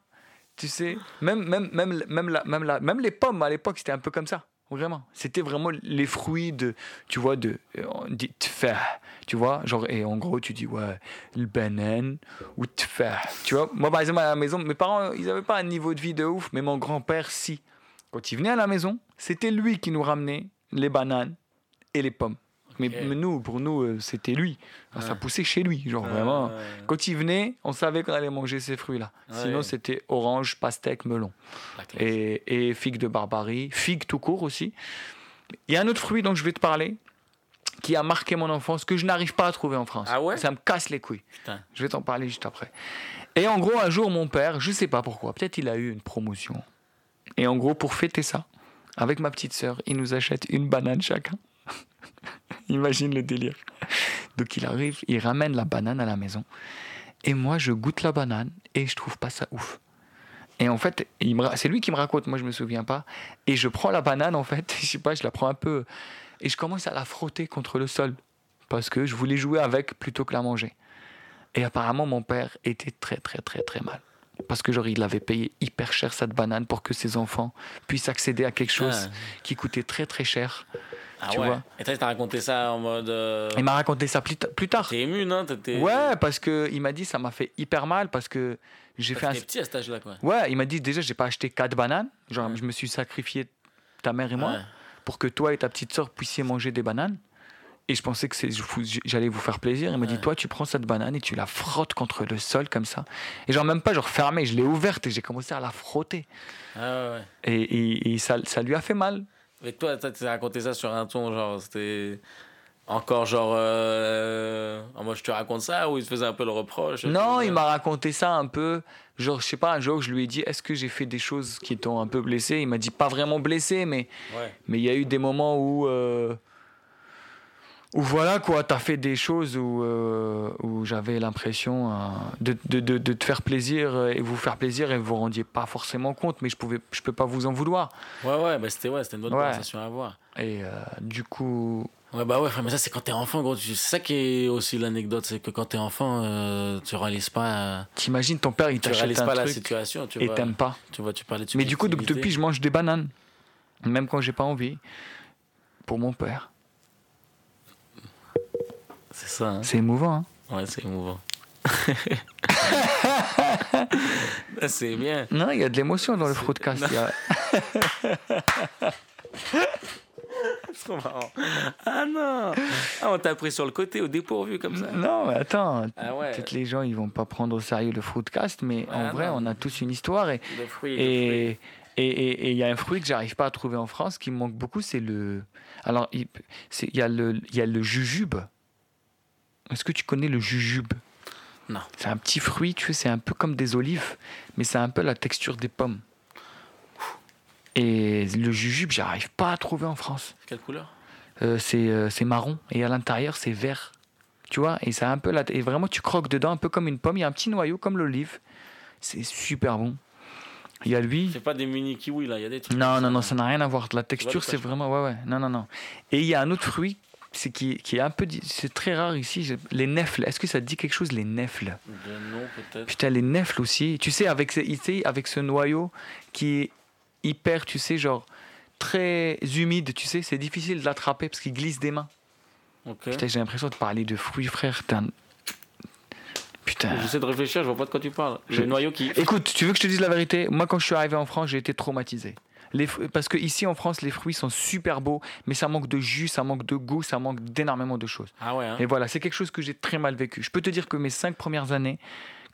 Speaker 3: Tu sais, même, même, même, même, la, même, la, même les pommes à l'époque, c'était un peu comme ça. Vraiment. C'était vraiment les fruits de. Tu vois, de. euh, On dit tfah. Tu vois, genre, et en gros, tu dis, ouais, le banane ou tfah. Tu vois, moi, par exemple, à la maison, mes parents, ils n'avaient pas un niveau de vie de ouf, mais mon grand-père, si. Quand il venait à la maison, c'était lui qui nous ramenait les bananes et les pommes. Mais,
Speaker 2: Ok.
Speaker 3: mais nous, pour nous, euh, c'était lui. Alors, Ça
Speaker 2: Ouais.
Speaker 3: poussait chez lui, genre vraiment.
Speaker 2: Ouais, ouais.
Speaker 3: Quand il venait, on savait qu'on allait manger ces fruits-là. Sinon,
Speaker 2: Ouais.
Speaker 3: c'était orange, pastèque, melon.
Speaker 2: La classe.
Speaker 3: Et, et figue de barbarie, figue tout court aussi. Il y a un autre fruit dont je vais te parler qui a marqué mon enfance, que je n'arrive pas à trouver en France.
Speaker 2: Ah ouais
Speaker 3: Ça me casse les couilles.
Speaker 2: Putain.
Speaker 3: Je vais t'en parler juste après. Et en gros, un jour, mon père, je sais pas pourquoi, peut-être il a eu une promotion. Et en gros, pour fêter ça, avec ma petite sœur, il nous achète une banane chacun. [laughs] Imagine le délire. Donc il arrive, il ramène la banane à la maison. Et moi, je goûte la banane et je trouve pas ça ouf. Et en fait, il me ra- c'est lui qui me raconte, moi je me souviens pas. Et je prends la banane en fait, [laughs] je sais pas, je la prends un peu et je commence à la frotter contre le sol parce que je voulais jouer avec plutôt que la manger. Et apparemment, mon père était très très très très mal parce que genre il avait payé hyper cher cette banane pour que ses enfants puissent accéder à quelque chose qui coûtait très très cher.
Speaker 2: Ah
Speaker 3: Tu
Speaker 2: ouais.
Speaker 3: vois.
Speaker 2: Et toi, t'as raconté ça en mode. euh,
Speaker 3: Il m'a raconté ça plus, ta- plus tard.
Speaker 2: T'es ému, non T'es- t'es-
Speaker 3: Ouais, parce que il m'a dit ça m'a fait hyper mal parce que j'ai
Speaker 2: parce
Speaker 3: fait
Speaker 2: que
Speaker 3: un
Speaker 2: T'es petit à cet âge-là, quoi.
Speaker 3: Ouais, il m'a dit déjà, j'ai pas acheté quatre bananes. Genre,
Speaker 2: Ouais.
Speaker 3: je me suis sacrifié, ta mère et moi,
Speaker 2: Ouais.
Speaker 3: pour que toi et ta petite sœur puissiez manger des bananes. Et je pensais que c'est- je vous- j'allais vous faire plaisir. Il m'a dit,
Speaker 2: Ouais.
Speaker 3: toi, tu prends cette banane et tu la frottes contre le sol comme ça. Et genre, même pas, genre fermée, je l'ai ouverte et j'ai commencé à la frotter.
Speaker 2: Ah ouais, ouais.
Speaker 3: Et, et- et ça, ça lui a fait mal.
Speaker 2: Avec toi, toi, t'as raconté ça sur un ton, genre, c'était. Encore genre. euh, en mode, je te raconte ça, ou il se faisait un peu le reproche
Speaker 3: Non, il
Speaker 2: euh,
Speaker 3: m'a raconté ça un peu. Genre, je sais pas, un jour, je lui ai dit, est-ce que j'ai fait des choses qui t'ont un peu blessé Il m'a dit, pas vraiment blessé, mais
Speaker 2: Ouais.
Speaker 3: Mais il y a eu des moments où. euh, où voilà quoi, t'as fait des choses où, euh, où j'avais l'impression euh, de, de- de- de te faire plaisir euh, et vous faire plaisir et vous vous rendiez pas forcément compte, mais je pouvais, je peux pas vous en vouloir.
Speaker 2: Ouais, ouais, bah, c'était ouais, c'était une bonne
Speaker 3: Ouais.
Speaker 2: conversation à avoir.
Speaker 3: Et euh, du coup,
Speaker 2: Ouais, bah ouais, frère, mais ça, c'est quand t'es enfant, gros. tu- C'est ça qui est aussi l'anecdote, c'est que quand t'es enfant, euh, tu réalises pas. euh,
Speaker 3: t'imagines ton père, il
Speaker 2: Tu
Speaker 3: t'achète
Speaker 2: réalises
Speaker 3: un
Speaker 2: pas la
Speaker 3: truc
Speaker 2: situation, tu
Speaker 3: et
Speaker 2: vois.
Speaker 3: t'aimes pas.
Speaker 2: Tu vois, tu parlais de
Speaker 3: Mais du coup, de-
Speaker 2: subjectivité.
Speaker 3: depuis, je mange des bananes, même quand j'ai pas envie, pour mon père.
Speaker 2: C'est ça, hein.
Speaker 3: C'est émouvant. hein.
Speaker 2: Ouais, c'est [laughs] émouvant. c'est bien.
Speaker 3: Non, il y a de l'émotion dans le [laughs] fruitcast. il y a-
Speaker 2: C'est trop marrant. Ah non Ah, on t'a pris sur le côté, au dépourvu, comme ça.
Speaker 3: Non, mais attends,
Speaker 2: Ah ouais.
Speaker 3: peut-être les gens ils vont pas prendre au sérieux le fruitcast, mais
Speaker 2: Ah
Speaker 3: en vrai
Speaker 2: non.
Speaker 3: on a tous une histoire et
Speaker 2: Le fruit. le fruit.
Speaker 3: et et- et- et il y a un fruit que j'arrive pas à trouver en France qui me manque beaucoup, c'est le alors il c'est- il y a le il y a le jujube. Est-ce que tu connais le jujube
Speaker 2: Non.
Speaker 3: C'est un petit fruit, tu sais, c'est un peu comme des olives, mais c'est un peu la texture des pommes. Et le jujube, j'arrive pas à trouver en France.
Speaker 2: Quelle couleur
Speaker 3: Euh, c'est euh, c'est marron et à l'intérieur c'est vert. Tu vois, et ça a un peu la et vraiment tu croques dedans un peu comme une pomme, il y a un petit noyau comme l'olive. C'est super bon. Il y a lui.
Speaker 2: C'est pas des mini kiwis, là, il y a des trucs.
Speaker 3: Non
Speaker 2: comme
Speaker 3: non non,
Speaker 2: là.
Speaker 3: ça n'a rien à voir. La
Speaker 2: de
Speaker 3: texture
Speaker 2: quoi
Speaker 3: c'est
Speaker 2: je
Speaker 3: vraiment ouais ouais. Non non non. Et il y a un autre fruit c'est qui, qui est un peu di- c'est très rare ici, j'ai- les nefles. Est-ce que ça te dit quelque chose les nefles
Speaker 2: De nom, peut-être.
Speaker 3: Putain, les nefles aussi. Tu sais, avec, ce- tu sais, avec ce noyau qui est hyper, tu sais, genre très humide, tu sais, c'est difficile de l'attraper parce qu'il glisse des mains.
Speaker 2: Ok.
Speaker 3: Putain, j'ai l'impression de parler de fruits, frère. t'es un- Putain.
Speaker 2: J'essaie de réfléchir, je vois pas de quoi tu parles.
Speaker 3: Je-
Speaker 2: Le noyau qui.
Speaker 3: Écoute, tu veux que je te dise la vérité Moi, quand je suis arrivé en France, j'ai été traumatisé. Les fru- Parce que ici en France, les fruits sont super beaux, mais ça manque de jus, ça manque de goût, ça manque d'énormément de choses.
Speaker 2: Ah ouais, hein.
Speaker 3: Et voilà, c'est quelque chose que j'ai très mal vécu. Je peux te dire que mes cinq premières années,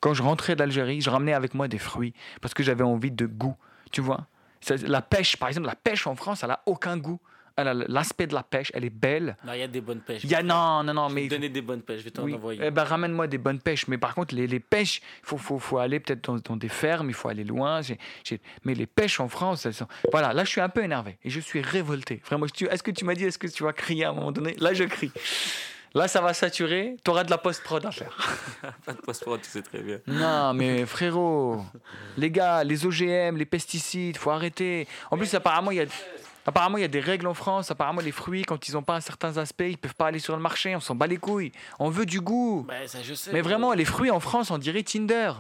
Speaker 3: quand je rentrais d'Algérie, je ramenais avec moi des fruits parce que j'avais envie de goût. Tu vois Ça- La pêche, par exemple, la pêche en France, elle a aucun goût. Elle a L'aspect de la pêche, elle est belle.
Speaker 2: Non, il y a des bonnes pêches.
Speaker 3: Il y a non, non, non,
Speaker 2: Je vais
Speaker 3: mais
Speaker 2: te donner des bonnes pêches, je vais t'en
Speaker 3: oui.
Speaker 2: envoyer.
Speaker 3: Eh ben, ramène-moi des bonnes pêches. Mais par contre, les, les pêches, il faut, faut, faut aller peut-être dans, dans des fermes, il faut aller loin. J'ai- j'ai- Mais les pêches en France, elles sont. Voilà, là, je suis un peu énervé et je suis révolté. Vraiment, je- tu- est-ce que tu m'as dit, est-ce que tu vas crier à un moment donné Là, je crie. Là, ça va saturer, t'auras de la post-prod à faire.
Speaker 2: Pas de passeport, tu sais très bien.
Speaker 3: Non, mais frérot, les gars, les OGM, les pesticides, faut arrêter. En plus, apparemment, il y a. Apparemment, il y a des règles en France. Apparemment, les fruits, quand ils n'ont pas un certain aspect, ils peuvent pas aller sur le marché. On s'en bat les couilles. On veut du goût.
Speaker 2: Bah, ça, je sais.
Speaker 3: Mais vraiment, les fruits en France, on dirait Tinder.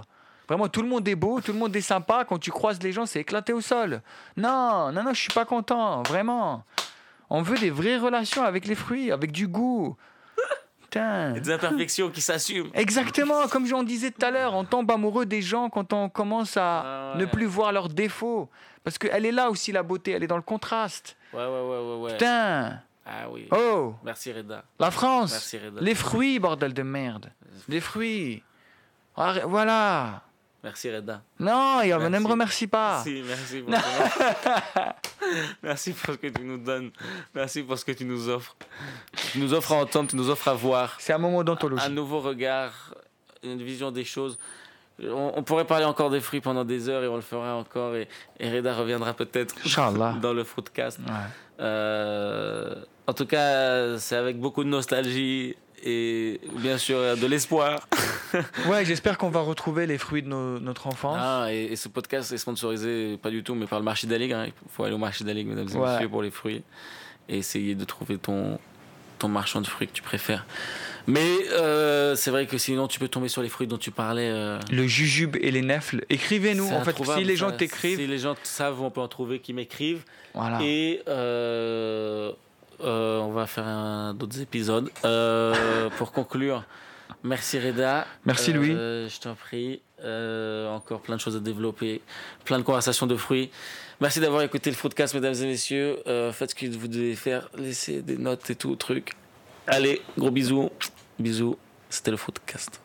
Speaker 3: Vraiment, tout le monde est beau, tout le monde est sympa. Quand tu croises les gens, c'est éclaté au sol. Non, non, non, je suis pas content, vraiment. On veut des vraies relations avec les fruits, avec du goût. Putain.
Speaker 2: Des imperfections qui s'assument.
Speaker 3: Exactement, comme j'en disais tout à l'heure, on tombe amoureux des gens quand on commence à
Speaker 2: Ah ouais.
Speaker 3: ne plus voir leurs défauts. Parce qu'elle est là aussi, la beauté, elle est dans le contraste.
Speaker 2: Ouais, ouais, ouais, ouais. ouais.
Speaker 3: Putain.
Speaker 2: Ah oui.
Speaker 3: Oh,
Speaker 2: Merci, Reda.
Speaker 3: la France.
Speaker 2: Merci, Reda.
Speaker 3: Les fruits, bordel de merde. Les fruits. Arrête- Voilà.
Speaker 2: Merci, Reda.
Speaker 3: Non, il y a-
Speaker 2: Merci.
Speaker 3: ne me remercie pas.
Speaker 2: Merci, merci pour ce... [laughs] Merci pour ce que tu nous donnes. Merci pour ce que tu nous offres. Tu nous offres à entendre, tu nous offres à voir.
Speaker 3: C'est un moment d'anthologie.
Speaker 2: Un nouveau regard, une vision des choses. On, on pourrait parler encore des fruits pendant des heures et on le fera encore. Et, et Reda reviendra peut-être
Speaker 3: Inch'Allah.
Speaker 2: [laughs] dans le fruitcast.
Speaker 3: Ouais.
Speaker 2: Euh, en tout cas, c'est avec beaucoup de nostalgie et bien sûr de l'espoir.
Speaker 3: Ouais, j'espère qu'on va retrouver les fruits de nos- notre enfance.
Speaker 2: Ah, et, et ce podcast est sponsorisé, pas du tout, mais par le marché d'Alig. hein. Il faut aller au marché d'Alig, mesdames et
Speaker 3: Ouais.
Speaker 2: messieurs, pour les fruits et essayer de trouver ton, ton marchand de fruits que tu préfères. Mais euh, c'est vrai que sinon, tu peux tomber sur les fruits dont tu parlais. euh.
Speaker 3: Le jujube et les nefles. Écrivez-nous.
Speaker 2: C'est
Speaker 3: En fait,
Speaker 2: introuvable,
Speaker 3: si les
Speaker 2: ça.
Speaker 3: gens t'écrivent,
Speaker 2: Si les gens savent, on peut en trouver qui m'écrivent.
Speaker 3: voilà.
Speaker 2: Et euh, euh, on va faire un- d'autres épisodes.
Speaker 3: [laughs]
Speaker 2: Euh, pour conclure, merci Reda.
Speaker 3: Merci, Louis.
Speaker 2: Louis. Je t'en prie. Euh, encore plein de choses à développer, plein de conversations de fruits. Merci d'avoir écouté le Fruitcast, mesdames et messieurs. Euh, faites ce que vous devez faire, laissez des notes et tout, truc. Allez, gros bisous. Bisous. C'était le Fruitcast.